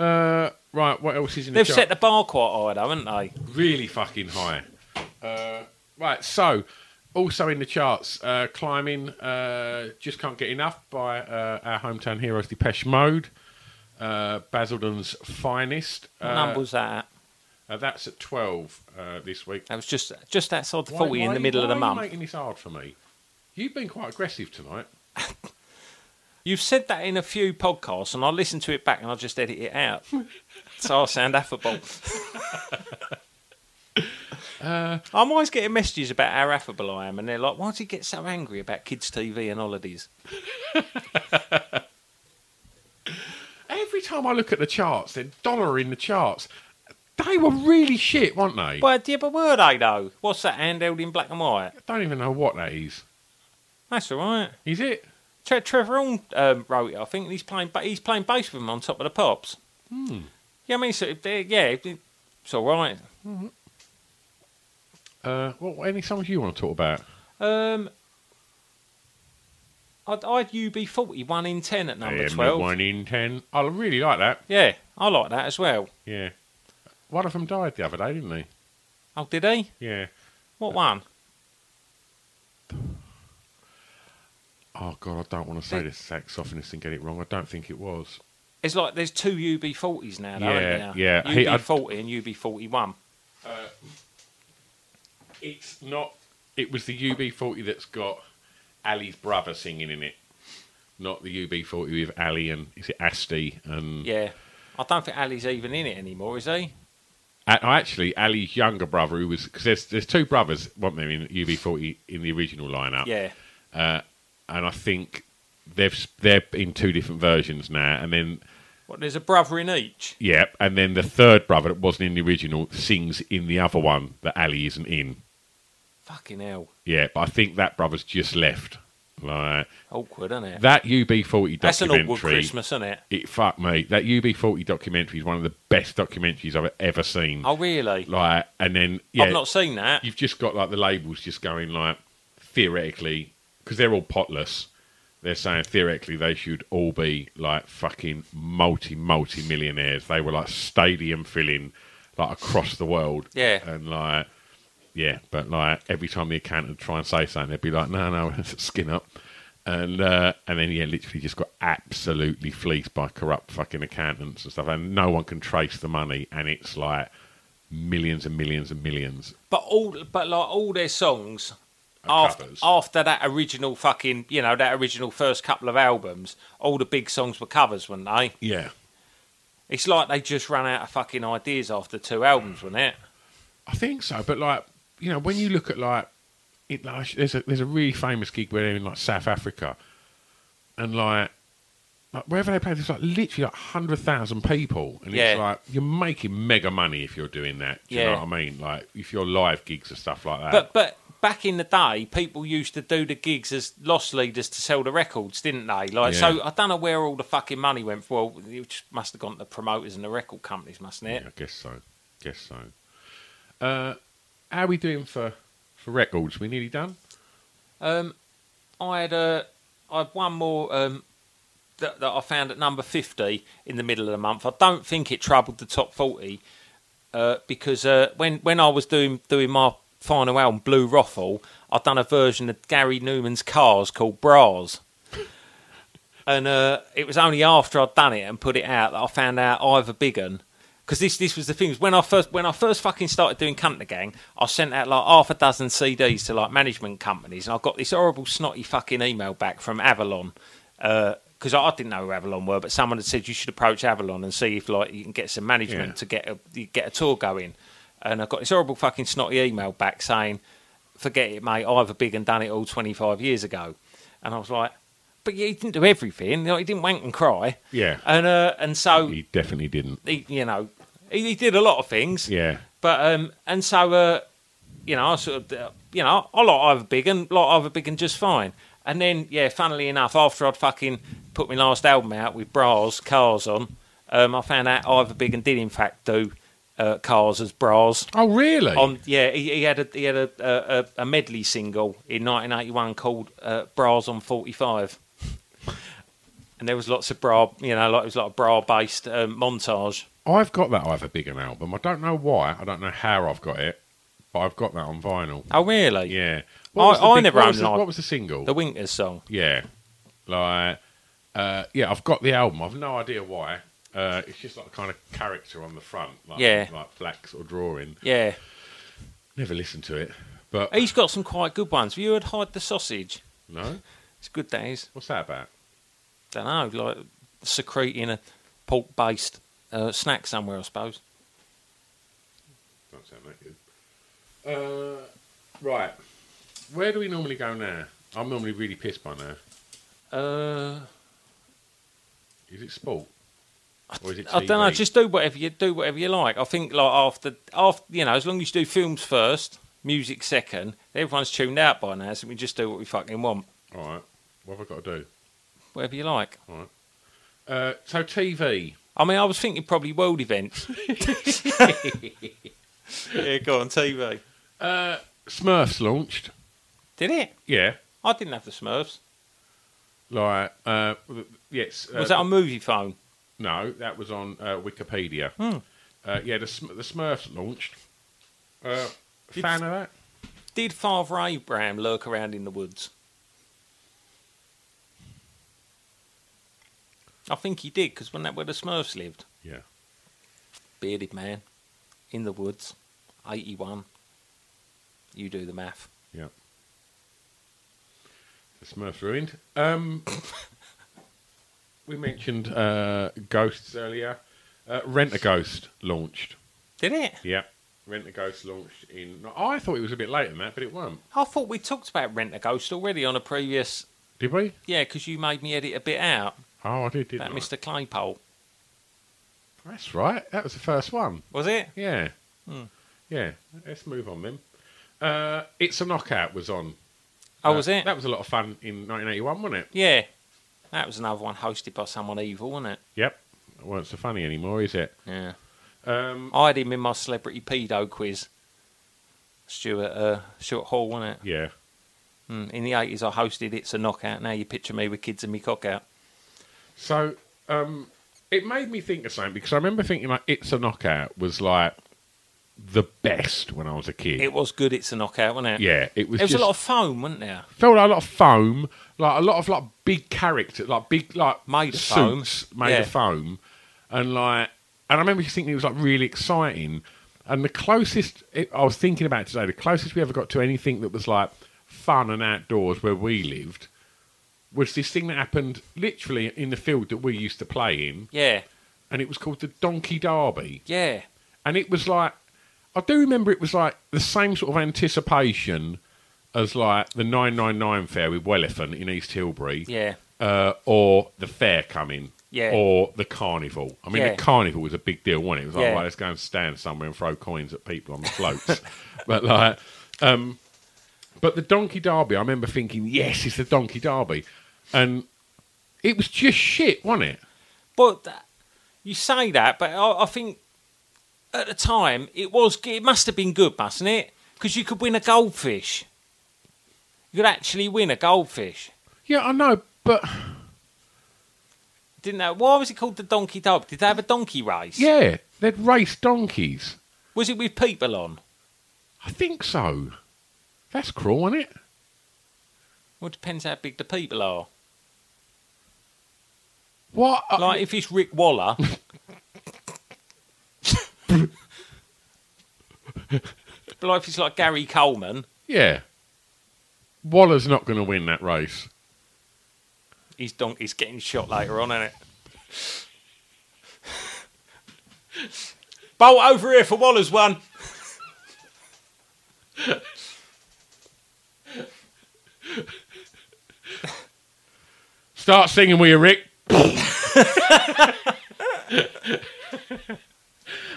Uh, right, what else is in the
They've
chart?
set the bar quite high, though, haven't they?
really fucking high. Uh, right, so also in the charts, uh, climbing, uh, just can't get enough by uh, our hometown heroes, Depeche Mode, uh, Basildon's finest.
What
Uh,
number was that?
uh, that's at twelve uh, this week.
That was just just outside the
Why-
forty
why
in
are
the
you-
middle of the
why are you
month.
Making this hard for me. You've been quite aggressive tonight.
You've said that in a few podcasts, and I listened to it back and I just edit it out. so I sound affable. I'm always getting messages about how affable I am, and they're like, why does he get so angry about kids' TV and holidays?
Every time I look at the charts, they're dollar in the charts. They were really shit, weren't they?
But, yeah, but were they, though? What's that handheld in black and white?
I don't even know what that is.
That's all right.
Is it?
Tre- Trevor Horn um, wrote it, I think, and he's playing, ba- he's playing bass with them on top of the pops. Yeah, I mean, so, they- yeah, it's all right.
Uh, what any songs you want to talk about?
Um, I'd, I'd UB40 one in ten at number
Yeah,
twelve.
One in ten. I really like that.
Yeah, I like that as well.
Yeah. One of them died the other day, didn't he?
Oh, did he?
Yeah.
What one?
Oh god, I don't want to say this saxophonist and get it wrong. I don't think it was.
It's like there's two UB40s now, though,
Yeah,
aren't
yeah.
there?
He- I-
UB40 and UB41.
It's not. It was the UB40 that's got Ali's brother singing in it, not the UB40 with Ali and is it Asti and
Yeah. I don't think Ali's even in it anymore, is he?
A- oh, actually Ali's younger brother who was because there's there's two brothers, weren't there, in UB40 in the original lineup?
Yeah.
And I think they've they're in two different versions now, and then
What? There's a brother in each.
Yeah, and then the third brother that wasn't in the original sings in the other one that Ali isn't in.
Fucking hell.
Yeah, but I think that brother's just left. Like
Awkward, isn't it?
that UB40 documentary.
That's an awkward Christmas, isn't it?
It fuck me. That UB40 documentary is one of the best documentaries I've ever seen.
Oh, really?
Like, and then yeah,
I've not seen that.
you've just got like the labels just going like theoretically because they're all potless. They're saying theoretically they should all be like fucking multi multi millionaires. They were like stadium filling like across the world.
Yeah.
and like yeah, but like every time the accountant would try and say something, they'd be like, no, no, skin up. And uh, and then yeah, literally just got absolutely fleeced by corrupt fucking accountants and stuff, and no one can trace the money, and it's like millions and millions and millions.
But all, but like all their songs, after,
covers.
after that original fucking, you know, that original first couple of albums, all the big songs were covers, weren't they?
Yeah,
It's like they just ran out of fucking ideas after two albums, wasn't it?
I think so. But like you know, when you look at like, it, like there's a there's a really famous gig where they're in like South Africa, and like. Like wherever they play, there's like literally like hundred thousand people, and
Yeah.
it's like you're making mega money if you're doing that. Do you
Yeah.
know what I mean? Like if you're live gigs and stuff like that.
But but back in the day, people used to do the gigs as loss leaders to sell the records, didn't they? Like so,
Yeah.
I don't know where all the fucking money went. For. Well, it just must have gone to the promoters and the record companies, mustn't it?
Yeah, I guess so. Guess so. Uh, how are we doing for for records? We nearly done.
Um, I had a, I had one more um, that, that I found at number fifty in the middle of the month. I don't think it troubled the top forty uh, because uh, when when I was doing doing my final album Blue Ruffle, I'd done a version of Gary Newman's Cars called Bras. And uh, it was only after I'd done it and put it out that I found out Ivor Biggin. Because this, this was the thing. is When I first when I first fucking started doing Cunt Gang, I sent out like half a dozen CDs to like management companies, and I got this horrible snotty fucking email back from Avalon. Because I, I didn't know who Avalon were, but someone had said you should approach Avalon and see if like you can get some management
Yeah.
to get a you get a tour going. And I got this horrible fucking snotty email back saying, "Forget it, mate. Ivor Biggin done it all twenty five years ago." And I was like, "But yeah, he didn't do everything. Like, he didn't wank and cry."
Yeah.
And uh, and so
He definitely didn't.
he, you know, he, he did a lot of things.
Yeah.
But um, and so uh, you know, I sort of, uh, you know, I like Ivor Big and like Ivor Big and just fine. And then, yeah, funnily enough, after I'd fucking put my last album out with bras, cars on, um, I found out Ivor Big and did in fact do uh, cars as bras.
Oh really?
On yeah, he, he had a he had a, a, a medley single in 1981 called uh, "Bras on 45," and there was lots of bra, you know, like it was like a bra based um, montage.
I've got that Ivor Biggin album. I don't know why. I don't know how I've got it, but I've got that on vinyl.
Oh really?
Yeah.
I-
was the
I never
what was
owned
the,
an-
what was the single?
The Winters song.
yeah. Like, uh, yeah, I've got the album. I've no idea why. Uh, it's just like a kind of character on the front, like,
Yeah.
like black sort of drawing.
Yeah,
Never listened to it, but
he's got some quite good ones. Have you heard "Hide the Sausage"?
no,
It's good days.
what's that about?
Don't know, like secreting a pork based uh, snack somewhere, I suppose.
Don't sound that good. Uh, right. Where do we normally go now? I'm normally really pissed by now.
Uh,
Is it sport? Or is it
I don't know.
TV?
Just do whatever you do, whatever you like. I think like after after you know, as long as you do films first, music second, everyone's tuned out by now, so we just do what we fucking want,
All right. What have I got to do?
whatever you like.
Uh, so TV.
I mean, I was thinking probably world events. yeah, go on TV.
Smurfs launched.
Did it?
Yeah.
I didn't have the Smurfs.
Like, uh, th- yes. Uh,
Was that on movie phone?
No, that was on uh, Wikipedia. Uh, yeah, the, Sm- the Smurfs launched. Uh, fan of that?
Did Father Abraham lurk around in the woods? I think he did, because wasn't that where the Smurfs lived?
Yeah.
Bearded man, in the woods, 81. You do the math.
Yeah. The Smurfs ruined. Um, we mentioned uh, ghosts earlier. Uh, Rent a Ghost launched.
Did it?
Yeah. Rent a Ghost launched in. I thought it was a bit later than that, but it weren't.
I thought we talked about Rent a Ghost already on a previous.
Did we?
Yeah, because you made me edit a bit out.
Oh, I did. Didn't
That
I?
Mr. Claypole.
That's right. That was the first one.
Was it?
Yeah.
Hmm.
Yeah. Let's move on then. Uh, it's a knockout was on
Oh, was it?
That was a lot of fun in 1981, wasn't it?
Yeah. That was another one hosted by someone evil, wasn't it?
Yep. It weren't so funny anymore, is it?
Yeah.
Um,
I had him in my celebrity pedo quiz. Stuart, uh, Stuart Hall, wasn't it?
yeah.
Mm, in the 80s, I hosted It's a Knockout. Now you picture me with kids and me cock out.
So um, it made me think of something because I remember thinking like "It's a Knockout" was like the best when I was a kid.
It was good, It's a Knockout, wasn't it?
yeah, it was.
It was
just,
a lot of foam, wasn't there?
felt like a lot of foam, like a lot of like big characters, like big like
Made of foam.
suits made
Yeah.
of foam, and like and I remember just thinking it was like really exciting. And the closest it, I was thinking about today, the closest we ever got to anything that was like fun and outdoors where we lived was this thing that happened literally in the field that we used to play in
Yeah.
and it was called the Donkey Derby.
Yeah.
And it was like, I do remember it was like the same sort of anticipation as like the 999 fair with Wellington in East Tilbury.
Yeah.
Uh, or the fair coming.
Yeah.
Or the carnival. I mean,
Yeah.
the carnival was a big deal, wasn't it? It was like,
Yeah.
right, let's go and stand somewhere and throw coins at people on the floats. but like, um, but the Donkey Derby, I remember thinking, yes, it's the Donkey Derby. And it was just shit, wasn't it?
But th- you say that, but I, I think at the time it was. It must have been good, mustn't it? Because you could win a goldfish. You could actually win a goldfish.
Yeah, I know, but
Didn't that? Why was it called the Donkey Derby? Did they have a donkey race?
Yeah, they'd race donkeys.
Was it with people on?
I think so. That's cruel, isn't it?
Well, it depends how big the people are.
What? I-
Like if it's Rick Waller, but like if it's like Gary Coleman,
yeah. Waller's not going to win that race.
his donkey's getting shot later on, isn't it? Bolt over here for Waller's one.
Start singing with you, Rick.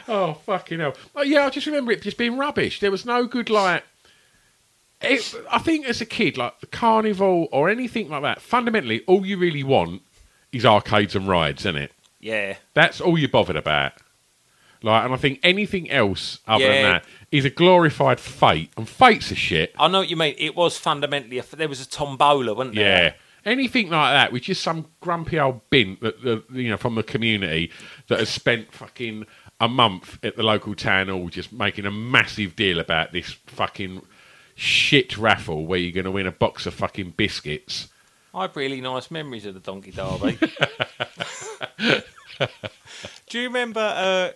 oh, fucking hell. Oh, yeah, I just remember it just being rubbish. There was no good, like. It, I think as a kid, like the carnival or anything like that, fundamentally, all you really want is arcades and rides, isn't it?
Yeah,
That's all you're bothered about. Like, and I think anything else other
Yeah.
than that is a glorified fate, and fate's a shit.
I know what you mean. It was fundamentally a, there was a tombola, wasn't
Yeah.
there?
Anything like that, which is some grumpy old bint that the you know from the community that has spent fucking a month at the local town hall just making a massive deal about this fucking shit raffle where you're going to win a box of fucking biscuits.
I have really nice memories of the Donkey Derby. Do you remember?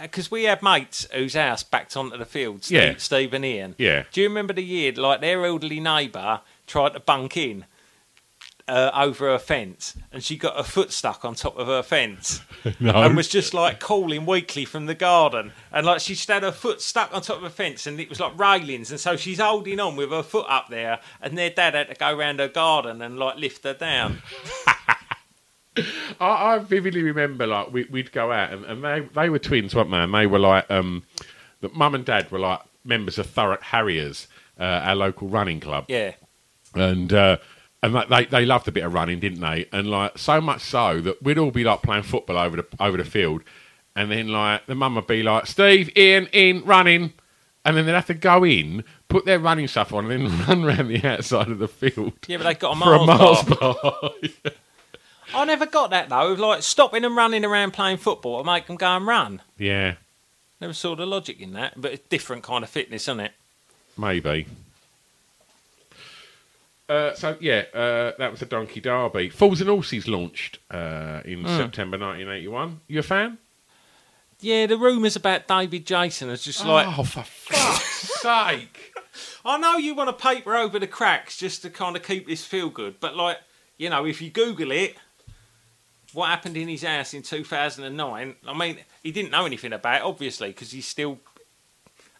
Because we had mates whose house backed onto the field. Steve,
Yeah.
Steve and Ian.
Yeah.
Do you remember the year like their elderly neighbour tried to bunk in uh, over her fence, and she got her foot stuck on top of her fence,
No.
and was just like calling weekly from the garden, and like she just had her foot stuck on top of a fence, and it was like railings, and so she's holding on with her foot up there, and their dad had to go round her garden and like lift her down.
I, I vividly remember like we, we'd go out and, and they they were twins, weren't they? And they were like um, that. Mum and Dad were like members of Thurrock Harriers, uh, our local running club.
Yeah.
and uh, and like, they they loved a bit of running, didn't they? And like so much so that we'd all be like playing football over the over the field, and then like the mum would be like, "Steve, Ian, in running," and then they'd have to go in, put their running stuff on, and then run round the outside of the field.
Yeah, but they got a
For a
miles,
miles
bar.
bar.
I never got that though. of, Like stopping and running around playing football to make them go and run.
yeah,
Never saw the logic in that, but it's different kind of fitness, isn't it?
Maybe. Uh, so yeah, uh, that was the Donkey Derby. Fools and Horses launched uh, in
Hmm.
September 1981. You a fan?
Yeah, the rumours about David Jason is just like
oh, for fuck's sake!
I know you want to paper over the cracks just to kind of keep this feel good, but like you know, if you Google it, what happened in his house in 2009? I mean, he didn't know anything about it, obviously, because he's still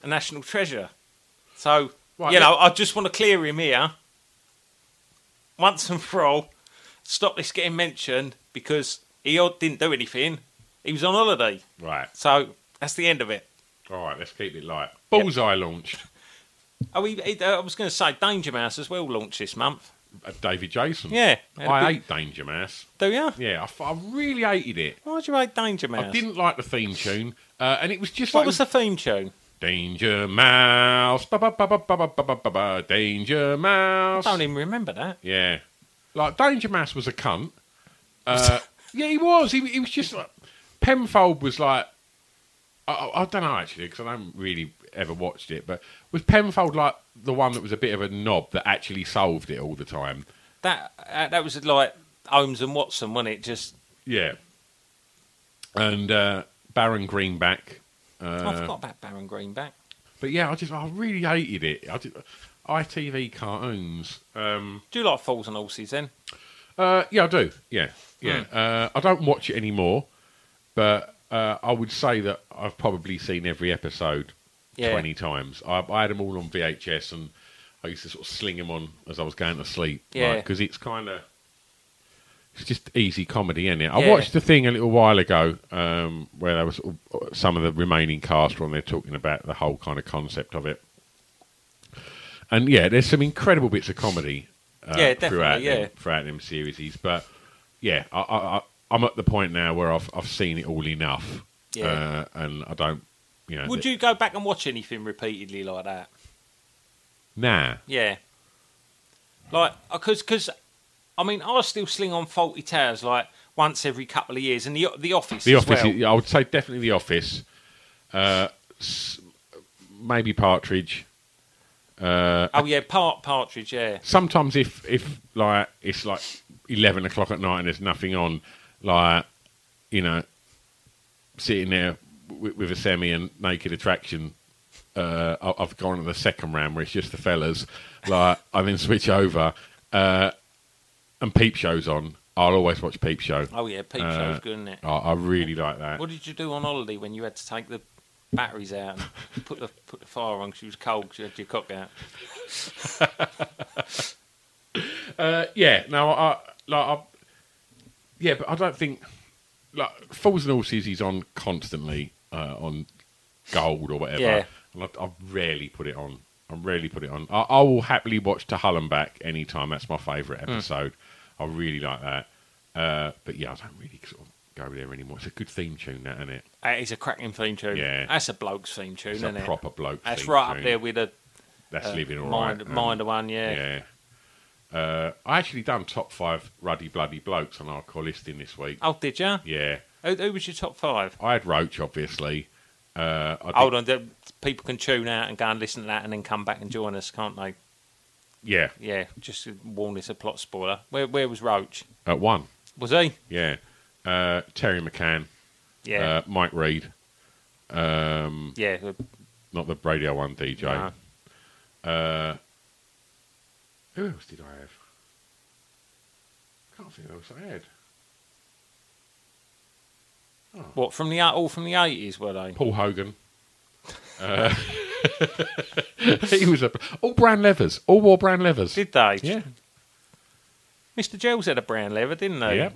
a national treasure. So
Right,
you
yeah.
know, I just want to clear him here once and for all. Stop this getting mentioned because he didn't do anything. He was on holiday,
Right,
so that's the end of it.
all right. Let's keep it light. Bullseye launched.
Oh, he, he- uh, I was going to say Danger Mouse as well launched this month.
Uh, David Jason.
Yeah.
I hate Danger Mouse.
Do you?
Yeah, I, f- I really hated it.
Why do you hate Danger Mouse?
I didn't like the theme tune, uh, and it was just
What
like
was the theme tune?
Danger Mouse, ba ba ba ba ba ba ba ba ba, Danger
I
Mouse.
don't even remember that.
Yeah, like Danger Mouse was a cunt. Uh, yeah, he was. He, he was just like Penfold was like. I, I, I don't know actually because I haven't really ever watched it, but was Penfold like the one that was a bit of a knob that actually solved it all the time?
That uh, that was like Holmes and Watson, wasn't it? Just
Yeah. And uh, Baron Greenback. Uh,
I forgot about Baron Greenback.
But yeah, I just I really hated it. I just, ITV cartoons. Um,
Do you like Fools and Horses then?
uh, yeah, I do. Yeah, yeah. Uh, I don't watch it anymore, but uh, I would say that I've probably seen every episode
Yeah.
twenty times. I, I had them all on VHS, and I used to sort of sling them on as I was going to sleep.
Yeah.
because it's kind of it's just easy comedy, isn't it? I
Yeah.
watched the thing a little while ago um, where there was sort of- some of the remaining cast were on there talking about the whole kind of concept of it. And yeah, there's some incredible bits of comedy. Uh,
Yeah, definitely,
Throughout
yeah.
them, throughout them series, but yeah, I, I, I, I'm at the point now where I've I've seen it all enough,
Yeah.
uh, and I don't, you know.
Would
th-
you go back and watch anything repeatedly like that?
Nah,
Yeah. Like, because, cause, I mean, I still sling on Faulty Towers like once every couple of years, and the the Office.
The
as
Office.
well.
is- I would say definitely The Office. Uh, s- maybe Partridge.
Oh yeah, Part Partridge. Yeah,
Sometimes if if like it's like eleven o'clock at night and there's nothing on, like you know, sitting there with, with a semi and naked attraction. Uh, I- I've gone to the second round where it's just the fellas. Like I then switch over, uh, and Peep Show's on. I'll always watch Peep Show.
Oh yeah, Peep
Uh,
Show's good, isn't it?
I, I really like that.
What did you do on holiday when you had to take the batteries out and put the put the fire on? 'cause She was cold. 'cause you had your cock out.
Uh, yeah, no, I like, I, yeah, but I don't think like Fools and Horses he's on constantly uh, on Gold or whatever,
Yeah.
and I, I rarely put it on. I rarely put it on. I, I will happily watch To Hull and Back anytime. That's my favourite
Hmm.
episode. I really like that. Uh, but yeah, I don't really sort of go there anymore. It's a good theme tune, that, isn't it?
That is a cracking theme tune.
Yeah.
that's a bloke's theme tune,
It's
isn't
a
it?
proper bloke.
That's
theme
right
tune.
up there with a
That's
uh,
living all right. um,
mind mind of one. Yeah.
Yeah. Uh, I actually done top five ruddy bloody blokes on our call listing this week.
Oh, did you?
Yeah,
Who, who was your top five?
I had Roach obviously. Uh, I did-
Hold on, the- people can tune out and go and listen to that, and then come back and join us, can't they?
yeah,
Yeah, just to warn it's a plot spoiler. Where where was Roach?
at one,
Was he?
yeah. Uh, Terry McCann,
Yeah,
uh, Mike Reed, Um,
yeah. the-
not the Radio One DJ.
no.
Who else did I have? Can't think who else I had.
What from the all from the eighties were they?
Paul Hogan. Uh, he was a all brown levers, all wore brown levers.
Did they?
yeah,
Mr. Gels had a brown leather, didn't he?
yeah.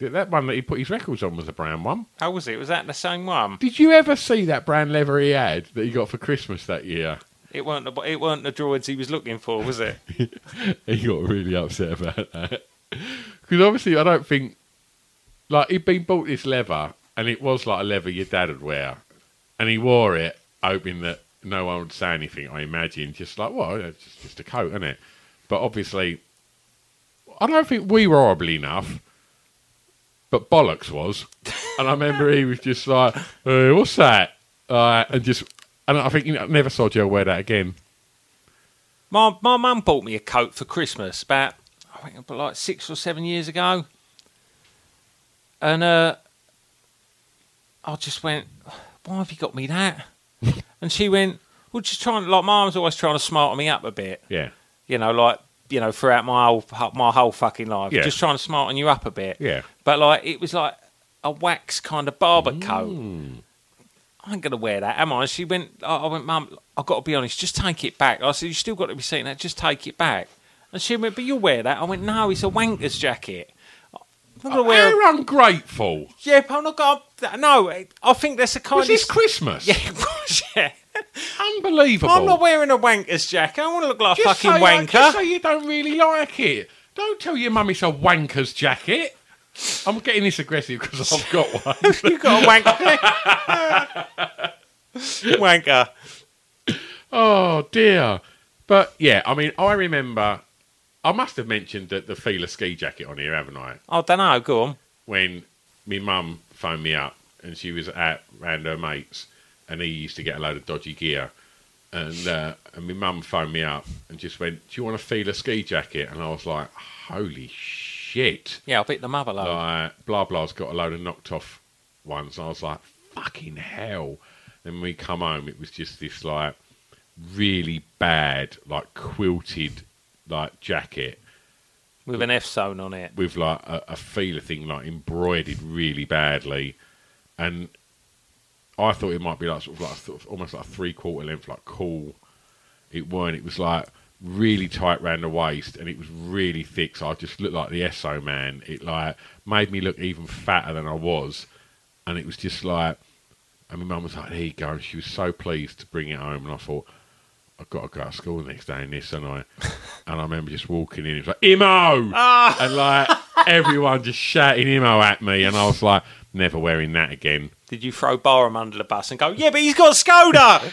That one that he put his records on was a brown one.
How was it? Was that the same one?
Did you ever see that brown leather he had that he got for Christmas that year?
It weren't the it weren't the droids he was looking for, was it?
he got really upset about that because obviously I don't think like he'd been bought this leather and it was like a leather your dad would wear, and he wore it hoping that no one would say anything. I imagine just like well, it's just, just a coat, isn't it? But obviously, I don't think we were horrible enough. But bollocks was, and I remember he was just like, "Hey, "What's that?" Uh, and just, and I think you know, I never saw Joe wear that again.
my my mum bought me a coat for Christmas about I think about like six or seven years ago, and uh, I just went, "Why have you got me that?" and she went, "Well, just trying like my mum's always trying to smarten me up a bit."
Yeah,
you know, like you know, throughout my whole my whole fucking life,
Yeah.
just trying to smarten you up a bit.
Yeah. Mm.
But like, it was like a wax kind of barber coat. I ain't gonna wear that, am I? She went. I I went, Mum. I got to be honest. Just take it back. I said, you still got to be seeing that. Just take it back. And she went, but you'll wear that. I went, no, it's a wanker's jacket. I'm not gonna wear.
they're ungrateful.
Yeah, but I'm not gonna. No, I think that's a kind
Was
of.
this Christmas?
Yeah, it was, yeah.
unbelievable.
I'm not wearing a wanker's jacket. I want to look like a
Just
fucking
say, like,
wanker.
just say you don't really like it. Don't tell your mum it's a wanker's jacket. I'm getting this aggressive because I've got one.
you got a wanker. wanker.
oh dear. But yeah, I mean, I remember. I must have mentioned that the Fila ski jacket on here, haven't I?
I don't know. Oh, Go on.
when my mum phoned me up and she was at round her mates and he used to get a load of dodgy gear and uh, and my mum phoned me up and just went, "Do you want a feeler ski jacket?" And I was like, "Holy shit!"
Yeah, I'll beat the mother load.
Like blah blah's got a load of knocked off ones, and I was like, "Fucking hell!" Then when we come home, it was just this like really bad, like quilted, like jacket
with an F zone on it.
with like a, a feeler thing like embroidered really badly, and I thought it might be like sort of like sort of almost like three quarter length, like cool. It weren't. It was like really tight round the waist, and it was really thick. So I just looked like the SO man. It like made me look even fatter than I was, and it was just like. And my mum was like, "There you go." And she was so pleased to bring it home, and I thought. I've got to go to school the next day in this, and I and I remember just walking in. It was like emo, and like everyone just shouting emo at me, and I was like, never wearing that again.
Did you throw Barham under the bus and go, yeah, but he's got a Skoda?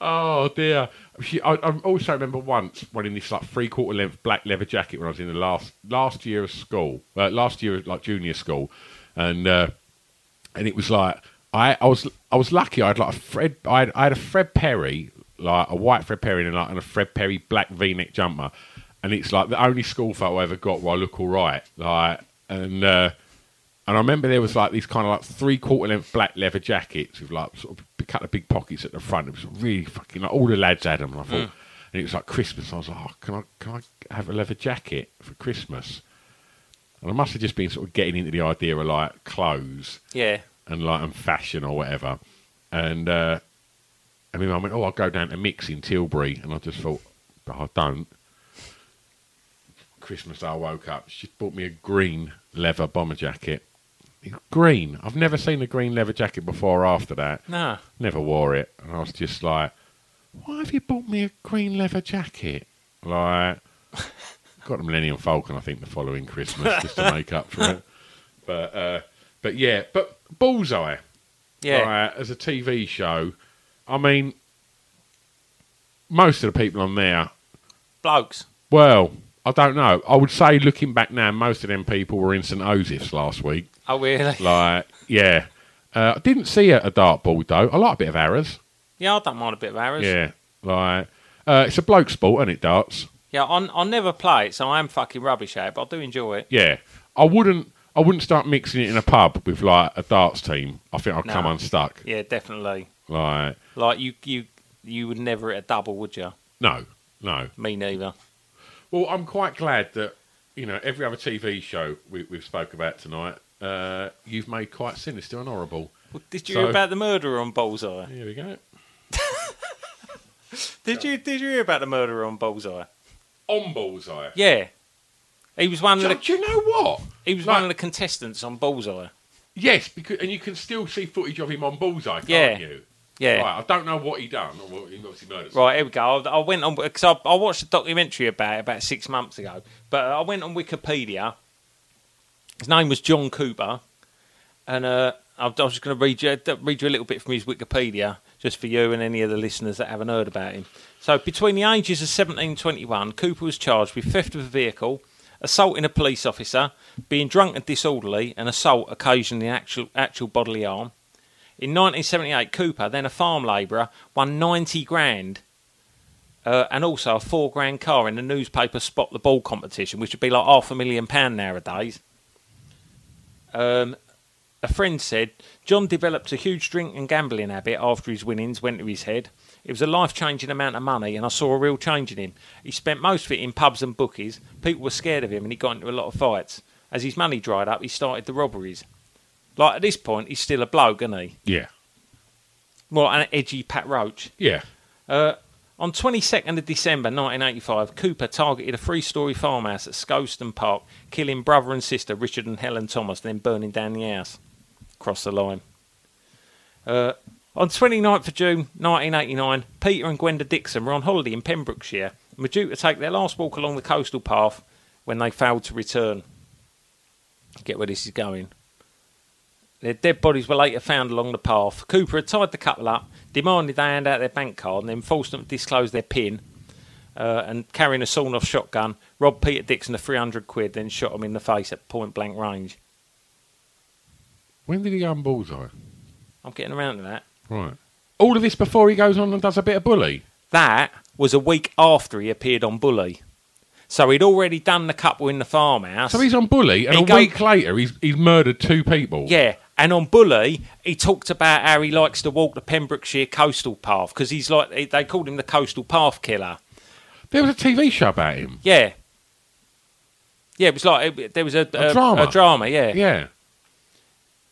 Oh dear. She, I, I also remember once wearing this like three quarter length black leather jacket when I was in the last last year of school, uh, last year of, like junior school, and uh, and it was like I, I was I was lucky. I had like a Fred I had, I had a Fred Perry like a white Fred Perry and like and a Fred Perry black V neck jumper, and it's like the only school photo I ever got where I look all right. Like and. Uh, and I remember there was like these kind of like three quarter length black leather jackets with like sort of a couple of big pockets at the front. It was really fucking like all the lads had them. And I thought, and it was like Christmas. I was like, oh, can I can I have a leather jacket for Christmas? And I must have just been sort of getting into the idea of like clothes
yeah.
and like and fashion or whatever. And uh, and my mum went, oh, I'll go down to Mix in Tilbury, and I just thought, but I don't. Christmas, Day, I woke up. She bought me a green leather bomber jacket. It's green. I've never seen a green leather jacket before. Or after that,
No.
never wore it, and I was just like, why have you bought me a green leather jacket? Like, got a Millennium Falcon, I think, the following Christmas just to make up for it. But uh, but yeah, but Bullseye
Yeah.
right, as a TV show, I mean, most of the people on there,
Blokes.
well, I don't know. I would say looking back now, most of them people were in St Joseph's last week.
Oh, really?
Like, yeah. Uh, I didn't see a, a dartball, though. I like a bit of arrows.
Yeah, I don't mind a bit of arrows.
Yeah. Like, uh, it's a bloke sport, isn't it, darts?
Yeah, I, I never play it, so I am fucking rubbish at it, but I do enjoy it.
Yeah. I wouldn't. I wouldn't start mixing it in a pub with like a darts team. I think I'd
No.
come unstuck.
Yeah, definitely.
Like,
Like, you, you, you would never hit a double, would you?
no, no.
Me neither.
Well, I'm quite glad that you know every other TV show we, we've spoke about tonight. Uh, you've made quite sinister and horrible.
Well, did you
So-
hear about the murderer on Bullseye?
Here we go.
Did you Did you hear about the murderer on Bullseye?
On bullseye.
Yeah, he was one of
Do,
the
do you know what?
he was one of the contestants on Bullseye.
Yes, because and you can still see footage of him on bullseye, can't
Yeah.
you?
Yeah,
Right. I don't know what he done or what he obviously murdered.
Right, here we go. I, I went on because I, I watched a documentary about it about six months ago, but I went on Wikipedia. His name was John Cooper, and uh, I, I was just going to read you uh, read you a little bit from his Wikipedia just for you and any of the listeners that haven't heard about him. So, between the ages of 17 and 21, Cooper was charged with theft of a vehicle, assaulting a police officer, being drunk and disorderly, and assault occasioning actual actual bodily harm. In 1978, Cooper, then a farm labourer, won 90 grand uh, and also a four grand car in the newspaper spot the ball competition, which would be like half a million pound nowadays. Um, a friend said John developed a huge drink and gambling habit after his winnings went to his head. It was a life changing amount of money, and I saw a real change in him. He spent most of it in pubs and bookies. People were scared of him, and he got into a lot of fights. As his money dried up, he started the robberies. Like at this point, he's still a bloke, isn't he?
Yeah.
Well, an edgy Pat Roach.
Yeah.
Uh, on 22nd of December 1985, Cooper targeted a three story farmhouse at Scoston Park, killing brother and sister Richard and Helen Thomas, then burning down the house. Cross the line. Uh, On 29th of June 1989, Peter and Gwenda Dixon were on holiday in Pembrokeshire and were due to take their last walk along the coastal path when they failed to return. Get where this is going. Their dead bodies were later found along the path. Cooper had tied the couple up, demanded they hand out their bank card, and then forced them to disclose their PIN. Uh, and carrying a sawn off shotgun, robbed Peter Dixon of 300 quid, then shot him in the face at point blank range.
When did he go on bullseye?
I'm getting around to that.
Right. All of this before he goes on and does a bit of bully.
That was a week after he appeared on Bully. So he'd already done the couple in the farmhouse.
So he's on bully, and
He
a
go-
week later, he's he's murdered two people.
Yeah, and on Bully, he talked about how he likes to walk the Pembrokeshire coastal path because he's like they called him the coastal path killer.
There was a TV show about him.
Yeah, yeah, it was like it, there was a,
A drama.
a drama. Yeah, yeah,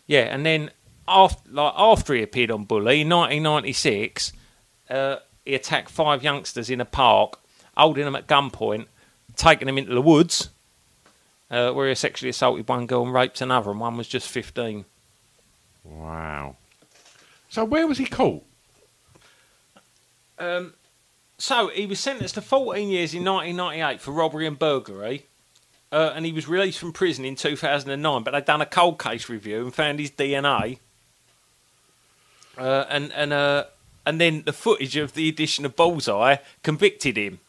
Yeah.
and then after like after he appeared on Bully in 1996, uh, he attacked five youngsters in a park, holding them at gunpoint, taking them into the woods. Uh, where he sexually assaulted one girl and raped another, and one was just 15.
Wow. So where was he caught?
So he was sentenced to 14 years in 1998 for robbery and burglary, uh, and he was released from prison in 2009. But they'd done a cold case review and found his DNA, uh, and and uh, and then the footage of the edition of Bullseye convicted him.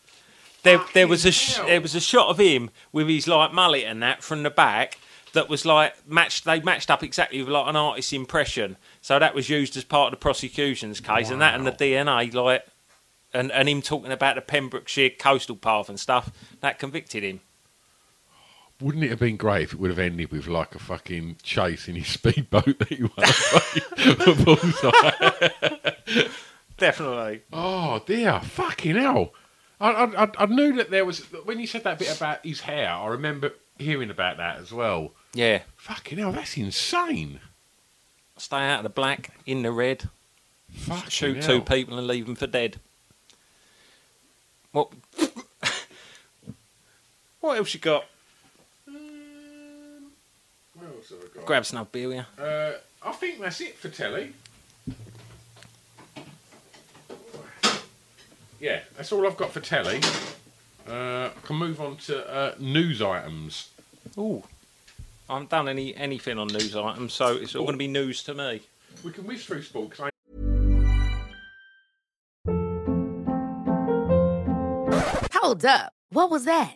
There, there was a sh- there was a shot of him with his like mullet and that from the back that was like matched. They matched up exactly with like an artist's impression. So that was used as part of the prosecution's case, and that and the DNA like and, and him talking about the Pembrokeshire coastal path and stuff, that convicted him.
Wouldn't it have been great if it would have ended with like a fucking chase in his speedboat that he won a fucking bullseye?
Definitely.
Oh dear, fucking hell! I, I I- I knew that there was when you said that bit about his hair. I remember hearing about that as well.
Yeah.
Fucking hell, that's insane.
Stay out of the black, in the red,
Fucking
shoot
hell.
two people and leave them for dead. What? what else you got?
What else have I got?
Grab snub beer, will ya?
Uh, I think that's it for telly. Yeah, that's all I've got for telly. Uh, can move on to uh, news items.
Ooh. I haven't done any, anything on news items, so it's all going to be news to me.
We can whiz through sport 'cause
Hold up. What was that?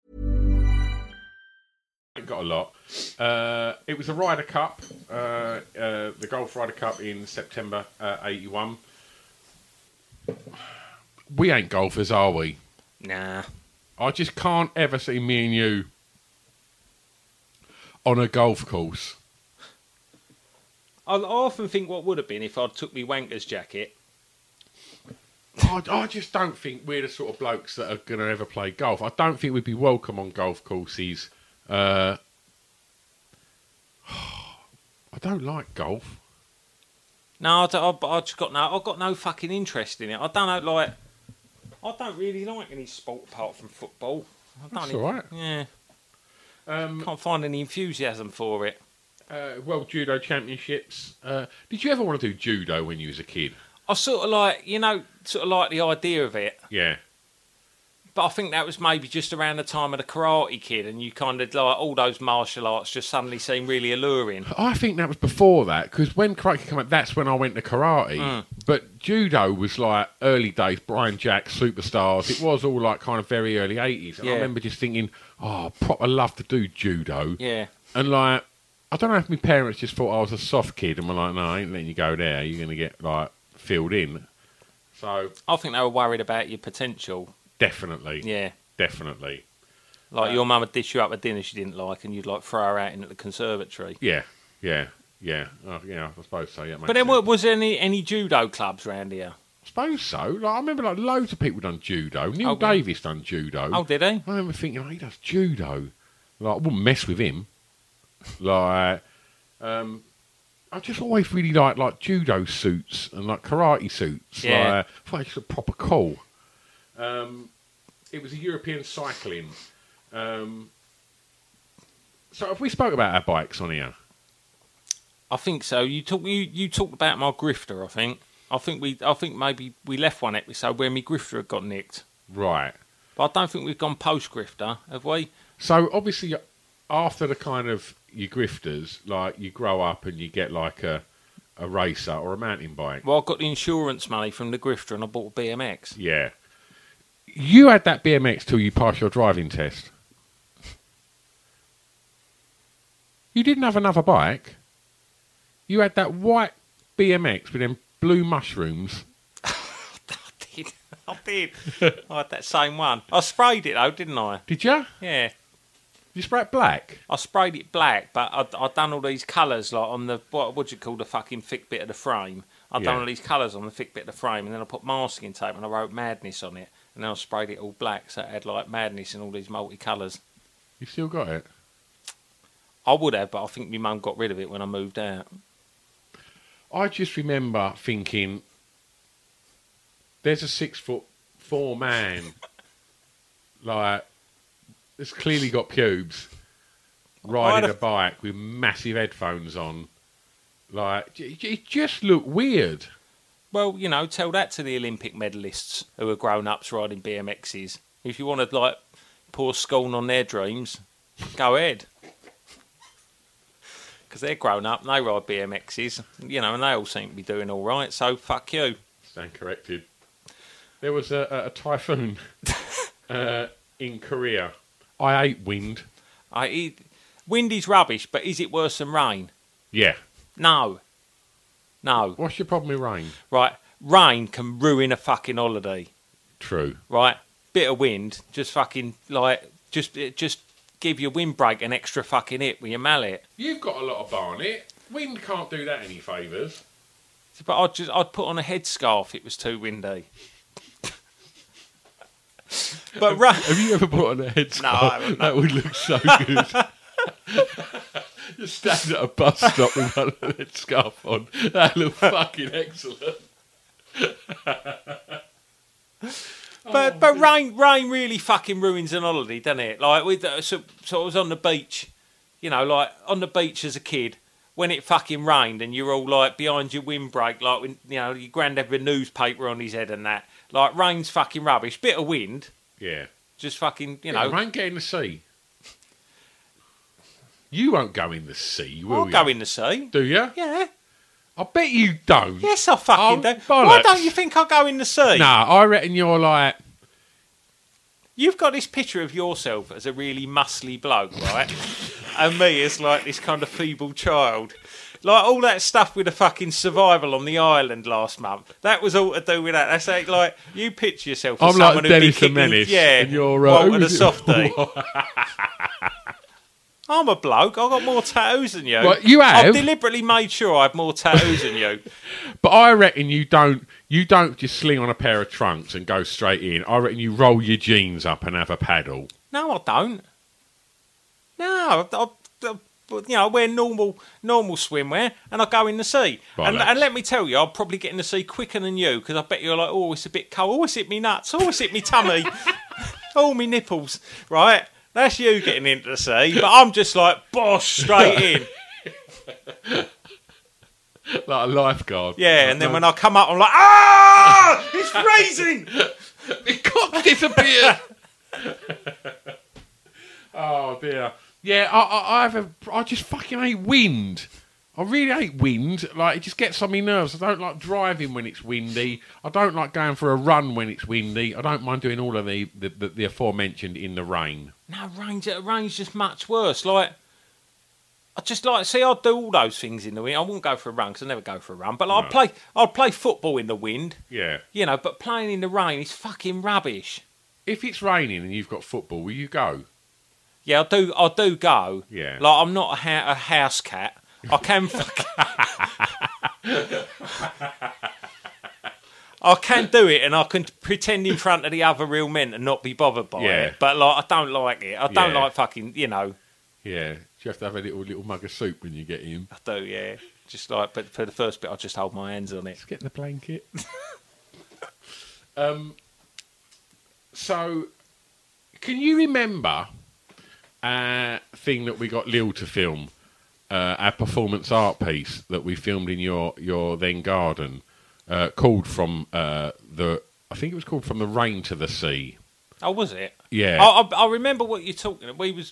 It got a lot. Uh, it was the Ryder Cup, uh, uh, the Golf Ryder Cup in September uh, 81. We ain't golfers, are we?
Nah.
I just can't ever see me and you on a golf course.
I I often think what would have been if I'd took me wanker's jacket.
I, I just don't think we're the sort of blokes that are going to ever play golf. I don't think we'd be welcome on golf courses. Uh, I don't like golf.
No, I, don't- I, I just got no. I've got no fucking interest in it. I don't know, like, I don't really like any sport apart from football. I don't
That's
even-
all right.
Yeah. Can't find any enthusiasm for it.
Uh, World Judo Championships. Uh, did you ever want to do judo when you was a kid?
I sort of like, you know, sort of like the idea of it,
Yeah.
but I think that was maybe just around the time of the Karate Kid, and you kind of like all those martial arts just suddenly seem really alluring.
I think that was before that because when karate came out, that's when I went to karate.
Mm.
But judo was like early days, Brian Jack, superstars. It was all like kind of very early eighties, and I
Yeah.
remember just thinking, "Oh, proper love to do judo."
Yeah.
And like, I don't know if my parents just thought I was a soft kid and were like, "No, I ain't letting you go there. You're going to get like filled in." So
I think they were worried about your potential.
definitely,
Yeah.
definitely,
Like your mum would dish you up a dinner she didn't like, and you'd like throw her out into the conservatory.
yeah, yeah, yeah, oh, yeah. I suppose so. Yeah,
But then, wa- was there any any judo clubs round here?
I suppose so. Like, I remember like loads of people done judo. Neil
Oh, yeah.
Davis done judo.
Oh, did he?
I remember thinking, oh, he does judo. Like, I wouldn't mess with him. Like, um, I just always really liked like judo suits and like karate suits.
Yeah.
Like, I thought it was a proper call. Um, it was a European cycling. Um, so have we spoke about our bikes on here?
I think so. You talk you, you talked about my grifter. I think I think we I think maybe we left one episode where my grifter had got nicked.
Right.
But I don't think we've gone post grifter, have we?
So obviously, after the kind of your grifters, like you grow up and you get like a a racer or a mountain bike.
Well, I got the insurance money from the grifter and I bought a BMX.
Yeah, you had that BMX till you passed your driving test. You didn't have another bike. You had that white BMX with them blue mushrooms.
I did. I did. I had that same one. I sprayed it though, didn't I?
Did you?
Yeah.
You spray it black.
I sprayed it black, but I'd, I'd done all these colours like on the what would you call the fucking thick bit of the frame. I'd
Yeah.
done all these colours on the thick bit of the frame, and then I put masking tape and I wrote madness on it, and then I sprayed it all black, so it had like madness and all these multicolours.
You still got it.
I would have, but I think my mum got rid of it when I moved out.
I just remember thinking, there's a six foot four man, like, that's clearly got pubes, riding a
I'd-
bike with massive headphones on. Like, j- j- it just looked weird.
Well, you know, tell that to the Olympic medalists who are grown ups riding BMXs. If you want to like pour scorn on their dreams, go ahead. Because they're grown up, and they ride BMXs, you know, and they all seem to be doing all right. So fuck you.
Stand corrected. There was a, a, a typhoon uh, in Korea. I hate wind.
I it, wind is rubbish, but is it worse than rain?
Yeah.
No, no.
What's your problem with rain?
Right, rain can ruin a fucking holiday.
True.
right? Bit of wind, just fucking like just it- just give your windbreak an extra fucking hit with your mallet.
You've got a lot of Barnet. Wind can't do that any favours.
But I'd just I'd put on a headscarf if it was too windy. but ra-
Have you ever put on a headscarf?
No, I haven't,
That would look so good. Just stand at a bus stop with one of the headscarf on. That look fucking excellent.
but but rain rain really fucking ruins an holiday, doesn't it? Like with uh, so, so I was on the beach, you know, like on the beach as a kid. When it fucking rained and you're all like behind your windbreak, like when, you know your granddad with a newspaper on his head and that, like rain's fucking rubbish. Bit of wind,
Yeah.
just fucking you
You
know,
know, rain get in the sea. You won't go in the sea, will
I'll
you?
go in the sea.
Do you?
Yeah.
I bet you don't.
Yes, I fucking
Oh,
do. Why
bollocks.
don't you think I'll go in the sea?
No, I reckon you're like,
You've got this picture of yourself as a really muscly bloke, right? and me as like this kind of feeble child. Like all that stuff with the fucking survival on the island last month. That was all to do with that. That's like, like you picture yourself as
I'm like
someone who'd be
Dennis the
kicking,
Menace.
yeah,
and you're, uh,
Walter
who
the
is it?
softie. I'm a bloke. I've got more tattoos than you.
Right, you have?
I've deliberately made sure I have more tattoos than you.
But I reckon you don't you don't just sling on a pair of trunks and go straight in. I reckon you roll your jeans up and have a paddle.
No, I don't. No, I, I, I you know, I wear normal normal swimwear and I go in the sea.
Right,
and,
lads.
and let me tell you, I'll probably get in the sea quicker than you because I bet you're like, oh, it's a bit cold. Oh, it's hit me nuts. Oh, it's hit me tummy. oh, me nipples. Right? That's you getting into the sea. But I'm just like, bosh, straight in.
like a lifeguard.
Yeah, and then when I come up, I'm like, ah, it's raising.
it cock disappeared. oh dear. Yeah, I, I, I have a. I just fucking hate wind. I really hate wind. Like it just gets on my nerves. I don't like driving when it's windy. I don't like going for a run when it's windy. I don't mind doing all of the the, the, the aforementioned in the rain.
No, rain's, rain's just much worse. Like, I just like see, I'd do all those things in the wind. I wouldn't go for a run because I never go for a run. But like, I'd play, I'd play football in the wind,
Yeah.
you know. But playing in the rain is fucking rubbish.
If it's raining and you've got football, will you go?
Yeah, I do, I do go.
Yeah.
like I'm not a, ha- a house cat. I can fucking. I can do it, and I can pretend in front of the other real men and not be bothered by
Yeah.
it. But like, I don't like it. I don't
Yeah.
like fucking, you know.
Yeah. You have to have a little little mug of soup when you get in.
I do, yeah. Just like, but for the first bit, I just hold my hands on it.
Just getting the blanket. um, so, can you remember a thing that we got Lil to film? Uh, our performance art piece that we filmed in your, your then garden uh, called from uh, the I think it was called from the rain to the sea.
Oh, was it?
Yeah,
I, I, I remember what you're talking. about. We was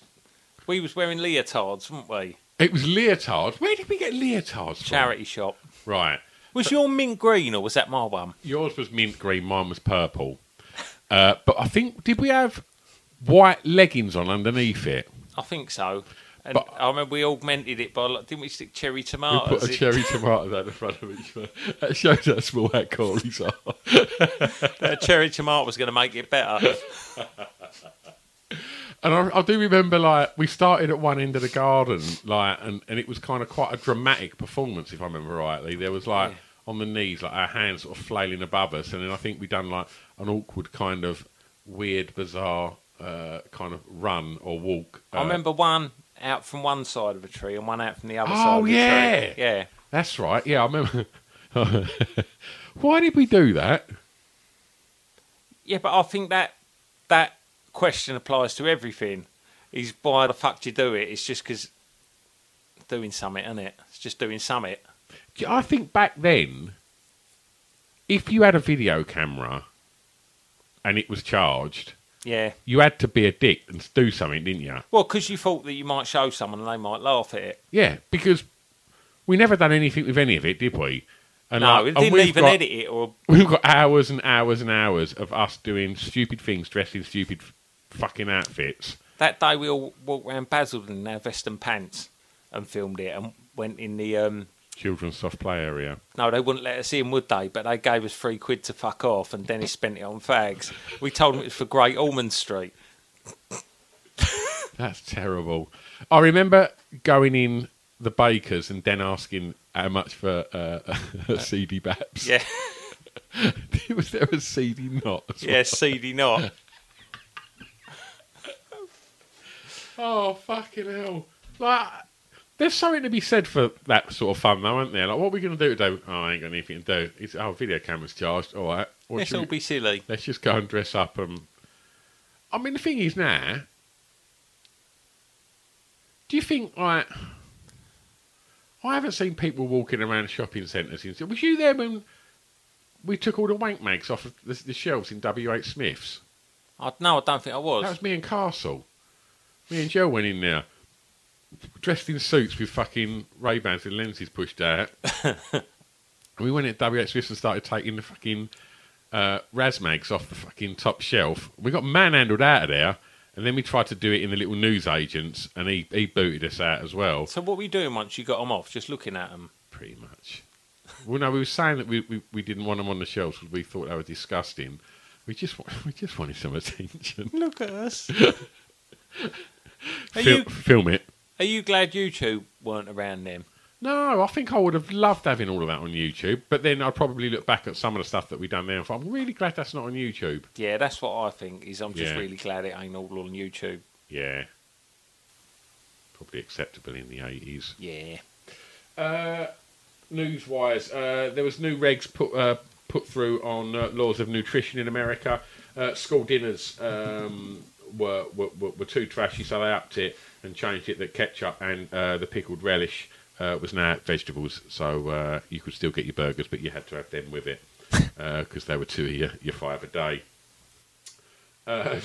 we was wearing leotards, weren't we?
it was leotards. Where did we get leotards? From?
Charity shop.
right?
Was your mint green or was that my one?
Yours was mint green, mine was purple. Uh, but I think did we have white leggings on underneath it?
I think so. And
But-
I remember we augmented it by like, didn't we stick cherry
We
tomatoes?
put a
in?
cherry tomato down the front of each one. That shows how small our collies are.
That cherry tomato was going to make it better.
And I, I do remember, like, we started at one end of the garden, like, and, and it was kind of quite a dramatic performance, if I remember rightly. There was, like, on the knees, like, our hands sort of flailing above us. And then I think we done, like, an awkward kind of weird, bizarre uh, kind of run or walk.
I
uh,
remember one out from one side of a tree and one out from the other
Oh,
side. of the
yeah.
tree. yeah.
That's right. Yeah, I remember. Why did we do that?
Yeah, but I think that that question applies to everything. Is why the fuck do you do it? It's just because doing something, isn't it? It's just doing something.
Do you- I think back then, if you had a video camera and it was charged,
Yeah.
you had to be a dick and do something, didn't you?
Well, because you thought that you might show someone and they might laugh at it.
Yeah, because we never done anything with any of it, did we? And
no,
like-
it
and
didn't
we've
even
got-
edit it or
We've got hours and hours and hours of us doing stupid things, dressed in stupid f- fucking outfits.
that day we all walked round Basildon in our vest and pants and filmed it and went in the um
Children's soft play area.
no, they wouldn't let us in, would they? But they gave us three quid to fuck off, and Dennis spent it on fags. We told him it was for Great Ormond Street.
That's terrible. I remember going in the baker's and then asking how much for uh, a CD Baps.
Yeah,
was there a CD knot? as well?
yeah, seedy not.
Oh fucking hell! Like, there's something to be said for that sort of fun, though, isn't there? Like, what are we going to do today? Oh, I ain't got anything to do. It's our video camera's charged. All right, What
Let's
should
all
we-
be silly.
let's just go and dress up. And I mean, the thing is now, do you think like I haven't seen people walking around shopping centres? in- Was you there when we took all the wank mags off of the, the shelves in W H Smiths?
I, no, I don't think I was.
That was me and Castle. Me and Joe went in there, dressed in suits with fucking Ray Bans and lenses pushed out. and we went at WH Smith's and started taking the fucking uh, Razmags off the fucking top shelf. We got manhandled out of there, and then we tried to do it in the little newsagents, and he, he booted us out as well.
So what were you doing once you got them off? Just looking at them.
Pretty much. Well, no, we were saying that we, we, we didn't want them on the shelves because we thought they were disgusting. We just wa- we just wanted some attention.
Look at us. are
Fil-
you
film it.
are you glad YouTube weren't around then?
No, I think I would have loved having all of that on YouTube, but then I'd probably look back at some of the stuff that we done there and thought, I'm really glad that's not on YouTube.
Yeah, that's what I think. Is I'm just
Yeah.
really glad it ain't all on YouTube.
Yeah. probably acceptable in the 80s.
Yeah.
Uh, news wise, uh, there was new regs put uh, put through on uh, laws of nutrition in America. Uh, school dinners um, were, were were were too trashy, so they upped it and changed it that ketchup and uh, the pickled relish uh, was now vegetables. So uh, you could still get your burgers, but you had to have them with it because they were two of your, your five a day. Uh,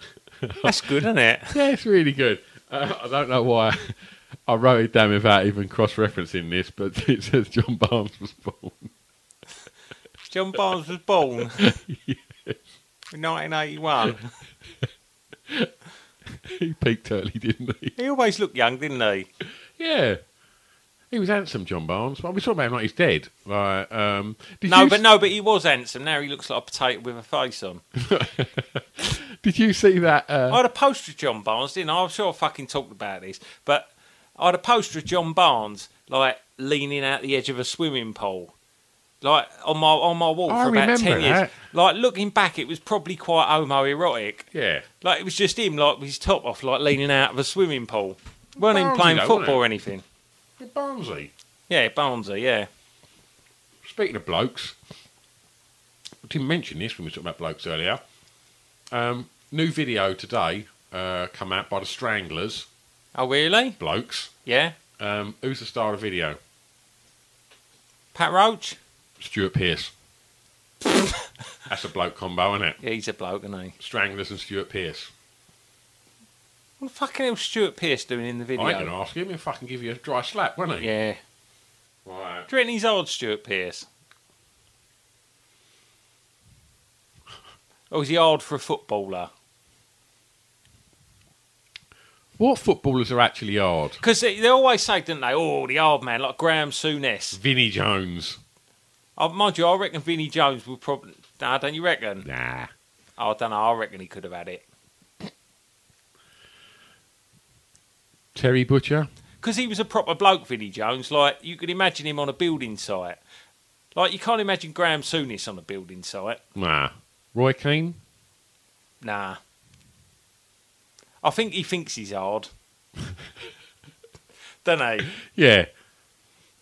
That's good, isn't it?
yeah, it's really good. Uh, I don't know why I wrote it down without even cross-referencing this, but it says John Barnes was born.
John Barnes was born in 1981.
he peaked early, didn't he?
He always looked young, didn't he?
Yeah, he was handsome, John Barnes. Well, we talk about him like he's dead. Like, um, did
No,
you
but no, but he was handsome. Now he looks like a potato with a face on.
Did you see that?
I
Uh,
had a poster of John Barnes, didn't I? I'm sure I fucking talked about this, but I had a poster of John Barnes like leaning out the edge of a swimming pool, like on my on my wall
I
for about
remember
ten years.
that.
Like looking back, it was probably quite homoerotic.
yeah,
Like it was just him, like with his top off, like leaning out of a swimming pool. weren't even
Barnesy
playing
though,
football
wasn't
or anything.
Barnesy.
Yeah, Barnesy, yeah.
Speaking of blokes, I didn't mention this when we were talking about blokes earlier. Um, new video today uh, come out by the Stranglers,
Oh really?
blokes.
Yeah.
Um, who's the star of the video?
Pat Roach.
Stuart Pearce. That's a bloke combo, isn't it?
Yeah, he's a bloke, isn't he?
Stranglers and Stuart Pearce.
What the fucking hell's Stuart Pearce doing in the video?
I ain't going to ask him. He'll fucking give you a dry slap, won't he?
Yeah.
Right.
Do you reckon he's old, Stuart Pearce? Or is he old for a footballer?
What footballers are actually hard?
Because they, they always say, didn't they? Oh, the old man, like Graham Souness.
Vinnie Jones.
Oh, mind you, I reckon Vinnie Jones will probably. Nah, don't you reckon?
Nah.
Oh, I don't know. I reckon he could have had it.
Terry Butcher.
Because he was a proper bloke, Vinnie Jones. Like, you could imagine him on a building site. Like, you can't imagine Graham Souness on a building site.
Nah. Roy Keane.
Nah. I think he thinks he's hard. don't he?
Yeah.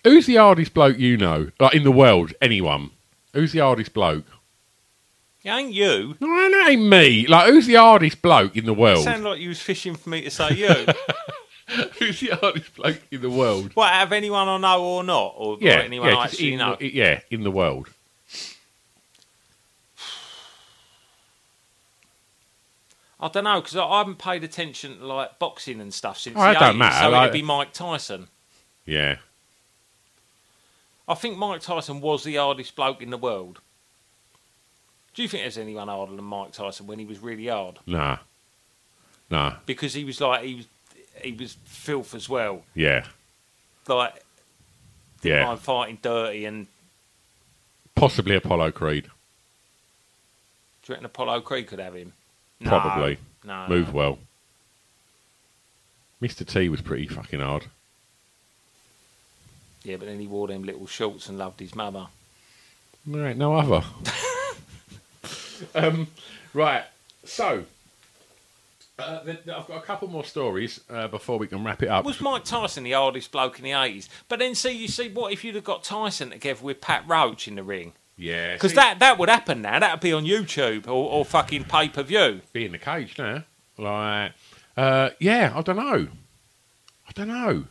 Who's the hardest bloke you know? Like in the world, anyone. Who's the hardest bloke?
It ain't you.
No, that ain't me. Like, who's the hardest bloke in the world?
Sound like you was fishing for me to say you.
who's the hardest bloke in the world?
what, out of anyone I know or not? Or
Yeah,
anyone
yeah,
I
just
actually
in,
know?
the- yeah, in the world.
I don't know, because I, I haven't paid attention to like boxing and stuff since
Oh,
the
it
80s,
don't matter,
so
like-
it'd be Mike Tyson.
Yeah.
I think Mike Tyson was the hardest bloke in the world. Do you think there's anyone harder than Mike Tyson when he was really hard?
Nah. Nah.
Because he was like, he was, he was filth as well.
Yeah.
Like, didn't
Yeah.
mind fighting dirty and
Possibly Apollo Creed.
do you reckon Apollo Creed could have him? No,
Probably.
No.
Move well. Mr. T was pretty fucking hard.
Yeah, but then he wore them little shorts and loved his mother.
There ain't no other. um, right. So, uh, th- th- I've got a couple more stories uh, before we can wrap it up.
Was Mike Tyson the hardest bloke in the eighties? But then, see, you see, what if you'd have got Tyson together with Pat Roach in the ring?
yeah.
Because
see,
that that would happen now. That'd be on YouTube or, or fucking pay per view.
Be in the cage now. Like, uh, yeah, I don't know. I don't know.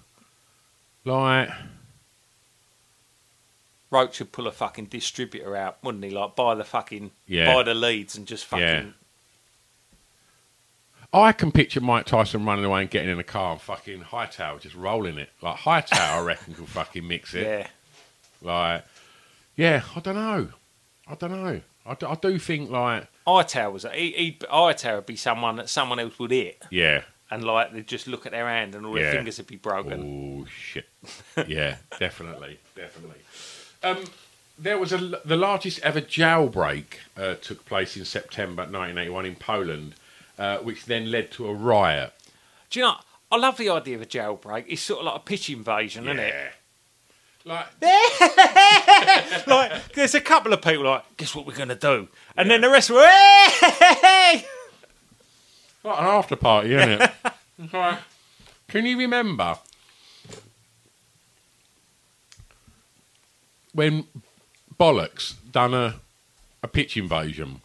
Like,
Roach would pull a fucking distributor out, wouldn't he? Like buy the fucking
Yeah.
buy the leads and just fucking.
Yeah. I can picture Mike Tyson running away and getting in a car and fucking Hightower just rolling it. Like, Hightower, I reckon, could fucking mix it.
Yeah.
Like, yeah, I don't know. I don't know. I do, I do think, like,
Hightower was he, he'd, Hightower would be someone that someone else would hit,
yeah.
and like they'd just look at their hand and all their
Yeah.
fingers would be broken.
Oh shit! Yeah, definitely, definitely. Um, there was a the largest ever jailbreak uh, took place in September 1981 in Poland, uh, which then led to a riot.
Do you know? I love the idea of a jailbreak. It's sort of like a pitch invasion, isn't it?
Like
like there's a couple of people like, guess what we're gonna do, and then the rest were, hey!
like an after party, isn't it? Right. Can you remember when Bollocks done a a pitch invasion?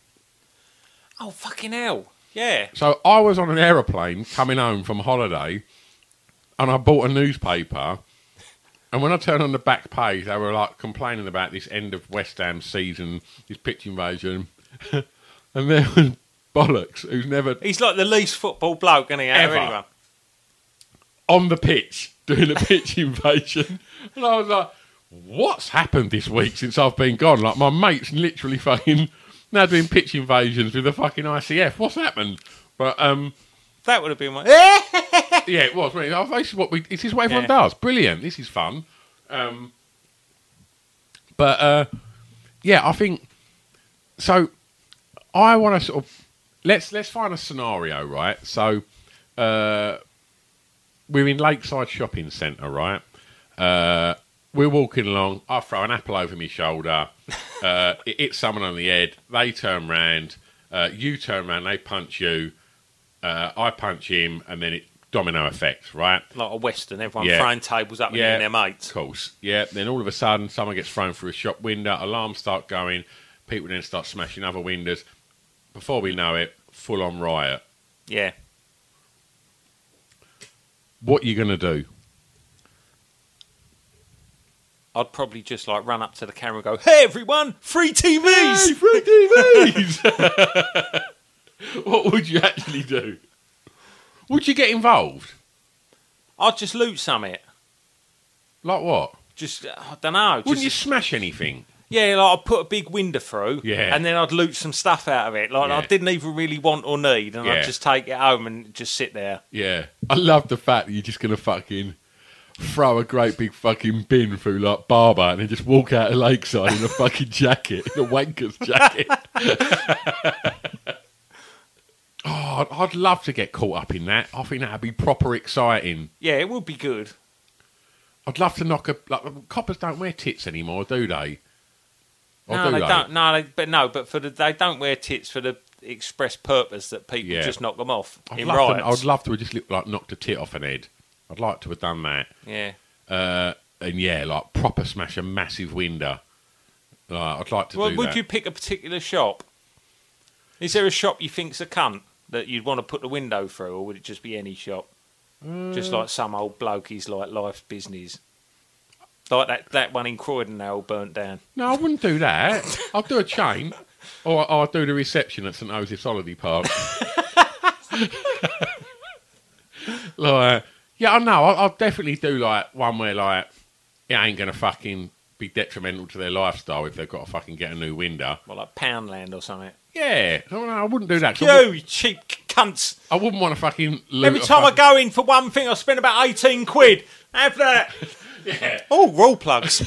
Oh, fucking hell. Yeah.
So I was on an aeroplane coming home from holiday, and I bought a newspaper. And when I turned on the back page, they were like complaining about this end of West Ham season, this pitch invasion, and there was bollocks who's never
He's like the least football bloke, isn't he? out of
Ever.
anyone?
on the pitch doing a pitch invasion. And I was like, what's happened this week since I've been gone? Like, my mate's literally fucking now doing pitch invasions with the fucking ICF. What's happened? But, um,
That would have been my. "Eh!"
yeah, it was. Really. Oh, This is what we. This is what everyone
Yeah.
does. Brilliant. This is fun. Um, but uh, yeah, I think so. I want to sort of let's let's find a scenario, right? So uh, we're in Lakeside Shopping Centre, right? Uh, we're walking along. I throw an apple over my shoulder. Uh, it hits someone on the head. They turn round. Uh, you turn round. They punch you uh, I punch him, and then it domino effect, right?
Like a Western, everyone
Yeah.
throwing tables up and hitting their mates.
of course. Yeah, then all of a sudden, someone gets thrown through a shop window. Alarms start going. People then start smashing other windows. Before we know it, full on riot.
Yeah.
What you gonna do?
I'd probably just like run up to the camera and go, hey everyone, free TVs!
free TVs. what would you actually do? Would you get involved?
I'd just loot some of it.
Like what?
Just, uh, I don't know.
Wouldn't you smash anything?
Yeah, like I'd put a big window through
Yeah.
and then I'd loot some stuff out of it. Like
Yeah.
I didn't even really want or need and
Yeah.
I'd just take it home and just sit there.
Yeah. I love the fact that you're just going to fucking throw a great big fucking bin through like Barber and then just walk out of Lakeside in a fucking jacket, in a wanker's jacket. oh, I'd- I'd love to get caught up in that. I think that'd be proper exciting.
Yeah, it would be good.
I'd love to knock a. Like, coppers don't wear tits anymore, do they? Or
no, they don't. No, they, but no, but for the they don't wear tits for the express purpose that people
Yeah.
just knock them off
I'd
in
love,
riots.
to, I'd love to have just like knocked a tit off an head. I'd like to have done that.
yeah,
Uh, and yeah, like proper smash a massive window. Like, I'd like to
Well,
do
would
that.
you pick a particular shop? Is there a shop you think's a cunt that you'd want to put the window through, or would it just be any shop? Just
Uh,
like some old bloke, he's like life's business. Like that, that one in Croydon they all burnt down.
No, I wouldn't do that. I'll do a chain, or I'll do the reception at St Joseph's Holiday Park. like, yeah, I know. I'll, I'll definitely do like one where like it ain't gonna fucking be detrimental to their lifestyle if they've got to fucking get a new window.
Well, like Poundland or something.
Yeah, no, no, I wouldn't do that. 'cause I,
Yo,
wouldn't,
you cheap c- cunts!
I wouldn't want to fucking. Loot
Every
a
time I
fucking-
go in for one thing, I spend about 18 quid. Have that. Oh, roll plugs.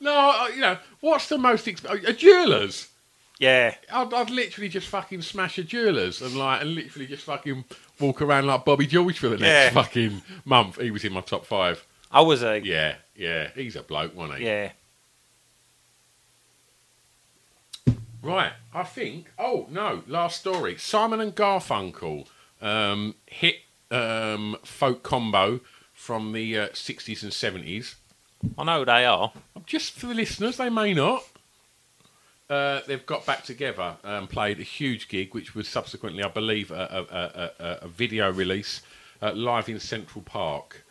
no, I- you know what's the most exp- a jeweler's.
yeah.
I'd, I'd literally just fucking smash a jeweller's and like, and literally just fucking walk around like Bobby George for the next
Yeah.
fucking month. He was in my top five.
I was a. Yeah.
Yeah, yeah, he's a bloke, wasn't he?
yeah.
Right, I think. Oh no, last story. Simon and Garfunkel um, hit um, folk combo from the uh, 60s and 70s.
I know who they are.
Just for the listeners, they may not. Uh, they've got back together and played a huge gig, which was subsequently, I believe, a, a, a, a, a video release uh, live in Central Park.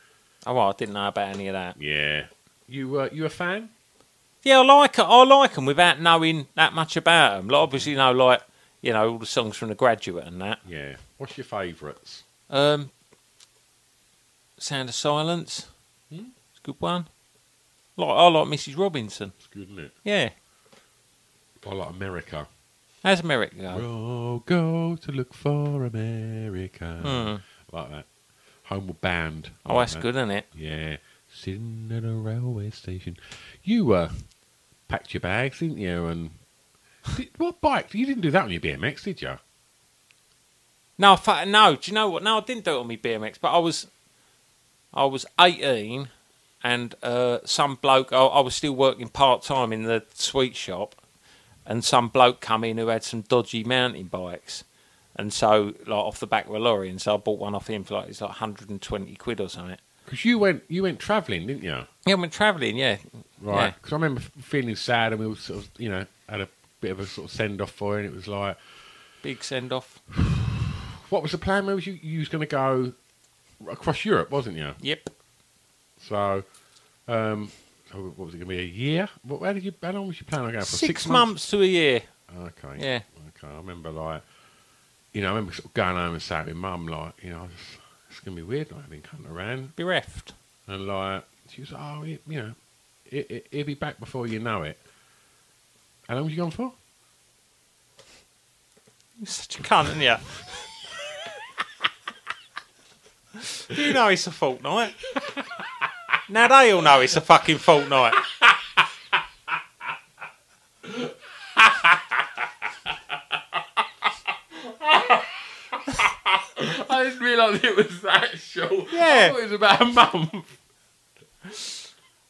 Oh, well, I didn't know about any of that.
Yeah, you uh, you a fan?
Yeah, I like it. I like them without knowing that much about them. Like, obviously, you know, like you know, all the songs from The Graduate and that.
Yeah. What's your favourites?
Um, Sound of Silence, it's a good one. Like I like Mrs. Robinson.
It's good, isn't it?
Yeah,
I like America.
how's America go?
Oh, go to look for America. Like that. Homeward Bound. I
Oh,
like
that's
that.
good, isn't it?
Yeah, sitting at a railway station. You uh, packed your bags, didn't you? And did, what bike? You didn't do that on your BMX, did you?
No, I fa- no. Do you know what? No, I didn't do it on my BMX, but I was, I was eighteen, and uh, some bloke. I, I was still working part time in the sweet shop, and some bloke come in who had some dodgy mountain bikes, And so, like off the back of a lorry, and so I bought one off him for like it's like 120 quid or something.
Because you went, you went travelling, didn't you?
Yeah, when travelling, yeah,
Right.
Yeah.
Because I remember f- feeling sad, and we all sort of, you know, had a bit of a sort of send off for her, and it was like,
big send off.
what was the plan? Where was you? You was going to go across Europe, wasn't you?
Yep.
So, um, so what was it going to be? A year? What, how did you? How long was you planning on going for?
Six, months to a year.
Okay.
Yeah.
Okay. I remember like, you know, I remember sort of going home and saying to my mum like, you know, it's, it's going to be weird not having cunt around,
Bereft.
and like she was, oh, it, you know, it, it, he'll be back before you know it. How long was you gone for?
You're such a cunt, aren't you? you know it's a fortnight. now they all know it's a fucking fortnight.
I didn't realise it was that short.
Yeah.
it was about a month.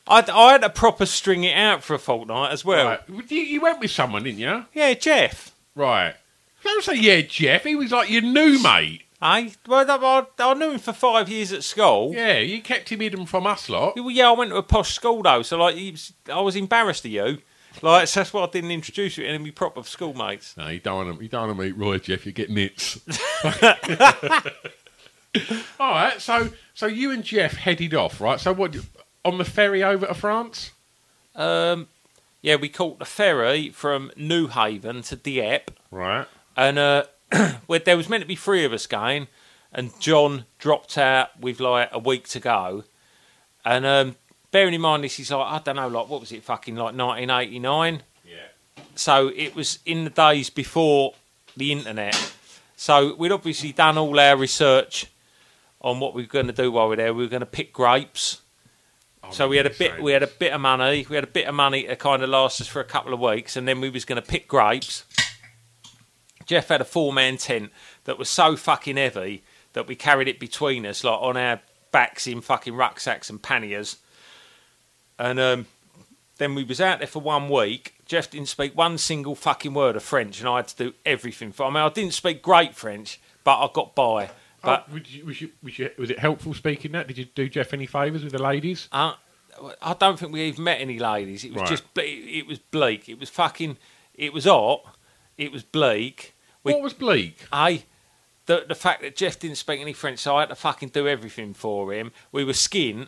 I, I had to proper string it out for a fortnight as well.
Right. You, you went with someone, didn't you?
Yeah, Jeff.
Right. Don't say yeah, Jeff. He was like your new mate.
I Eh? well, I, I knew him for five years at school.
Yeah, you kept him hidden from us lot.
Well, yeah, I went to a posh school though, so like, he was, I was embarrassed of you. Like, so that's why I didn't introduce you to any of my proper schoolmates.
No, you don't want to. You don't want to meet Roy, Jeff. You get nits. All right. So, so you and Jeff headed off, right? So, what on the ferry over to France?
Um, yeah, we caught the ferry from Newhaven to Dieppe,
Right.
and uh, where there was meant to be three of us going, and John dropped out with like a week to go, and um, bearing in mind this is like I don't know, like what was it, fucking like 1989.
Yeah.
so it was in the days before the internet. So we'd obviously done all our research on what we were going to do while we were there. We were going to pick grapes. so we had a bit, we had a bit of money. We had a bit of money to kind of last us for a couple of weeks, and then we was going to pick grapes. Jeff had a four man tent that was so fucking heavy that we carried it between us, like on our backs in fucking rucksacks and panniers. And um, then we was out there for one week. Jeff didn't speak one single fucking word of French, and I had to do everything for. I mean, I didn't speak great French, but I got by. But
was, Oh, you, was, you, was, you, was it helpful speaking that? Did you do Jeff any favours with the ladies?
I, I don't think we even met any ladies. It was
Right.
just, ble- it was bleak. It was fucking, it was hot. It was bleak. We,
what was bleak?
I, the the fact that Jeff didn't speak any French, so I had to fucking do everything for him. We were skint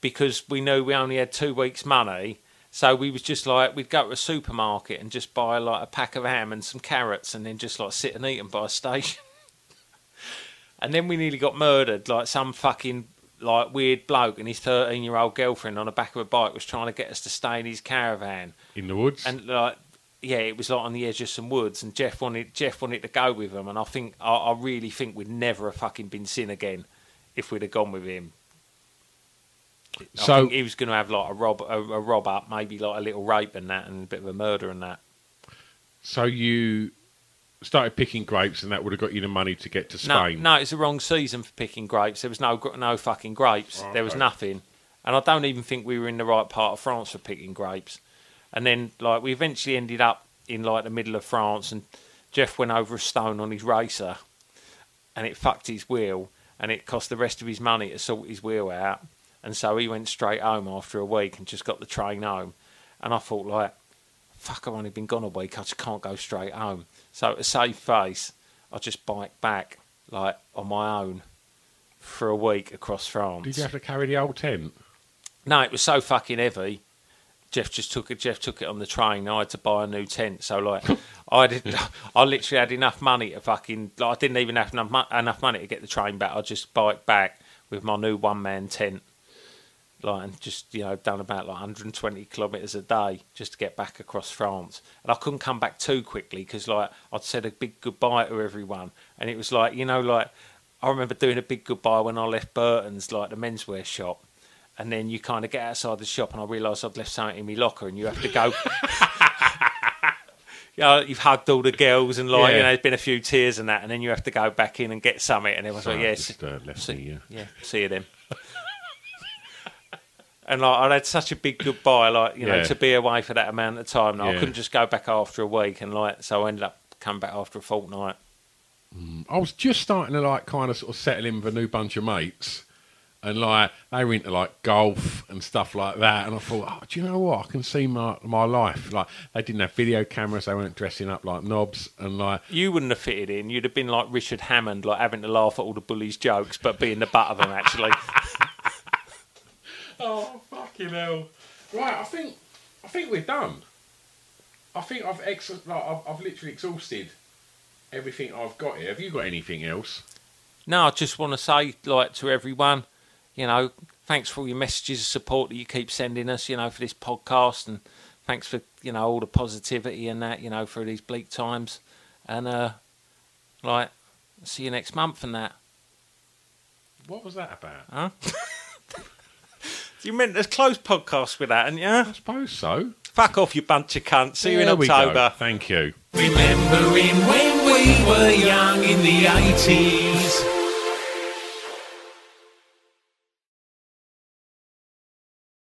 because we knew we only had two weeks' money, so we was just like we'd go to a supermarket and just buy like a pack of ham and some carrots, and then just like sit and eat them by a station. and then we nearly got murdered, like some fucking. Like weird bloke and his thirteen-year-old girlfriend on the back of a bike was trying to get us to stay in his caravan,
In the woods.
and like yeah, it was like on the edge of some woods, and Jeff wanted Jeff wanted to go with him, and I think I, I really think we'd never have fucking been seen again if we'd have gone with him. I
So-
think he was going to have like a rob a, a rob up, maybe like a little rape and that, and a bit of a murder and that.
so you started picking grapes, and that would have got you the money to get to
No,
Spain.
no, it's the wrong season for picking grapes. There was no gr- no fucking grapes.
Right,
there was
Oh, okay.
nothing, and I don't even think we were in the right part of France for picking grapes. And then like we eventually ended up in like the middle of France, and Jeff went over a stone on his racer, and it fucked his wheel, and it cost the rest of his money to sort his wheel out, and so he went straight home after a week and just got the train home, and I thought like fuck, I've only been gone a week. I just can't go straight home. So to save face, I just bike back like on my own for a week across France.
Did you have to carry the old tent?
No, it was so fucking heavy. Jeff just took it. Jeff took it on the train. I had to buy a new tent. So like, I did. I literally had enough money to fucking. Like, I didn't even have enough, mo- enough money to get the train back. I just biked back with my new one man tent. Like and just you know done about like 120 kilometers a day just to get back across France, and I couldn't come back too quickly because like I'd said a big goodbye to everyone, and it was like you know like I remember doing a big goodbye when I left Burton's like the menswear shop, and then you kind of get outside the shop and I realise I've left something in my locker and you have to go. you know, you've hugged all the girls and like
Yeah.
you know, there's been a few tears and that, and then you have to go back in and get something. And everyone's like,
Sorry, I
"Yes,
just, uh, left
see,
me, yeah.
yeah, see you then." and like, I had such a big goodbye, like you know,
Yeah.
to be away for that amount of time. Like, I
Yeah.
couldn't just go back after a week, and like so I ended up coming back after a fortnight.
Mm, I was just starting to like kind of sort of settle in with a new bunch of mates, and like they were into like golf and stuff like that. And I thought, oh, do you know what? I can see my my life. Like they didn't have video cameras, they weren't dressing up like knobs, and like
You wouldn't have fitted in. You'd have been like Richard Hammond, like having to laugh at all the bullies' jokes, but being the butt of them actually.
oh fucking hell! Right, I think I think we're done. I think I've ex- like, I've, I've literally exhausted everything I've got here. Have you got anything else?
No, I just want to say, like, to everyone, you know, thanks for all your messages of support that you keep sending us, you know, for this podcast, and thanks for, you know, all the positivity and that, you know, through these bleak times. And, uh, like, see you next month and that.
What was that about?
Huh? you meant there's close podcasts with that, and yeah?
I suppose so.
Fuck off, you bunch of cunts. See you in
There we go.
October.
Thank you.
Remembering when we were young in the 80s.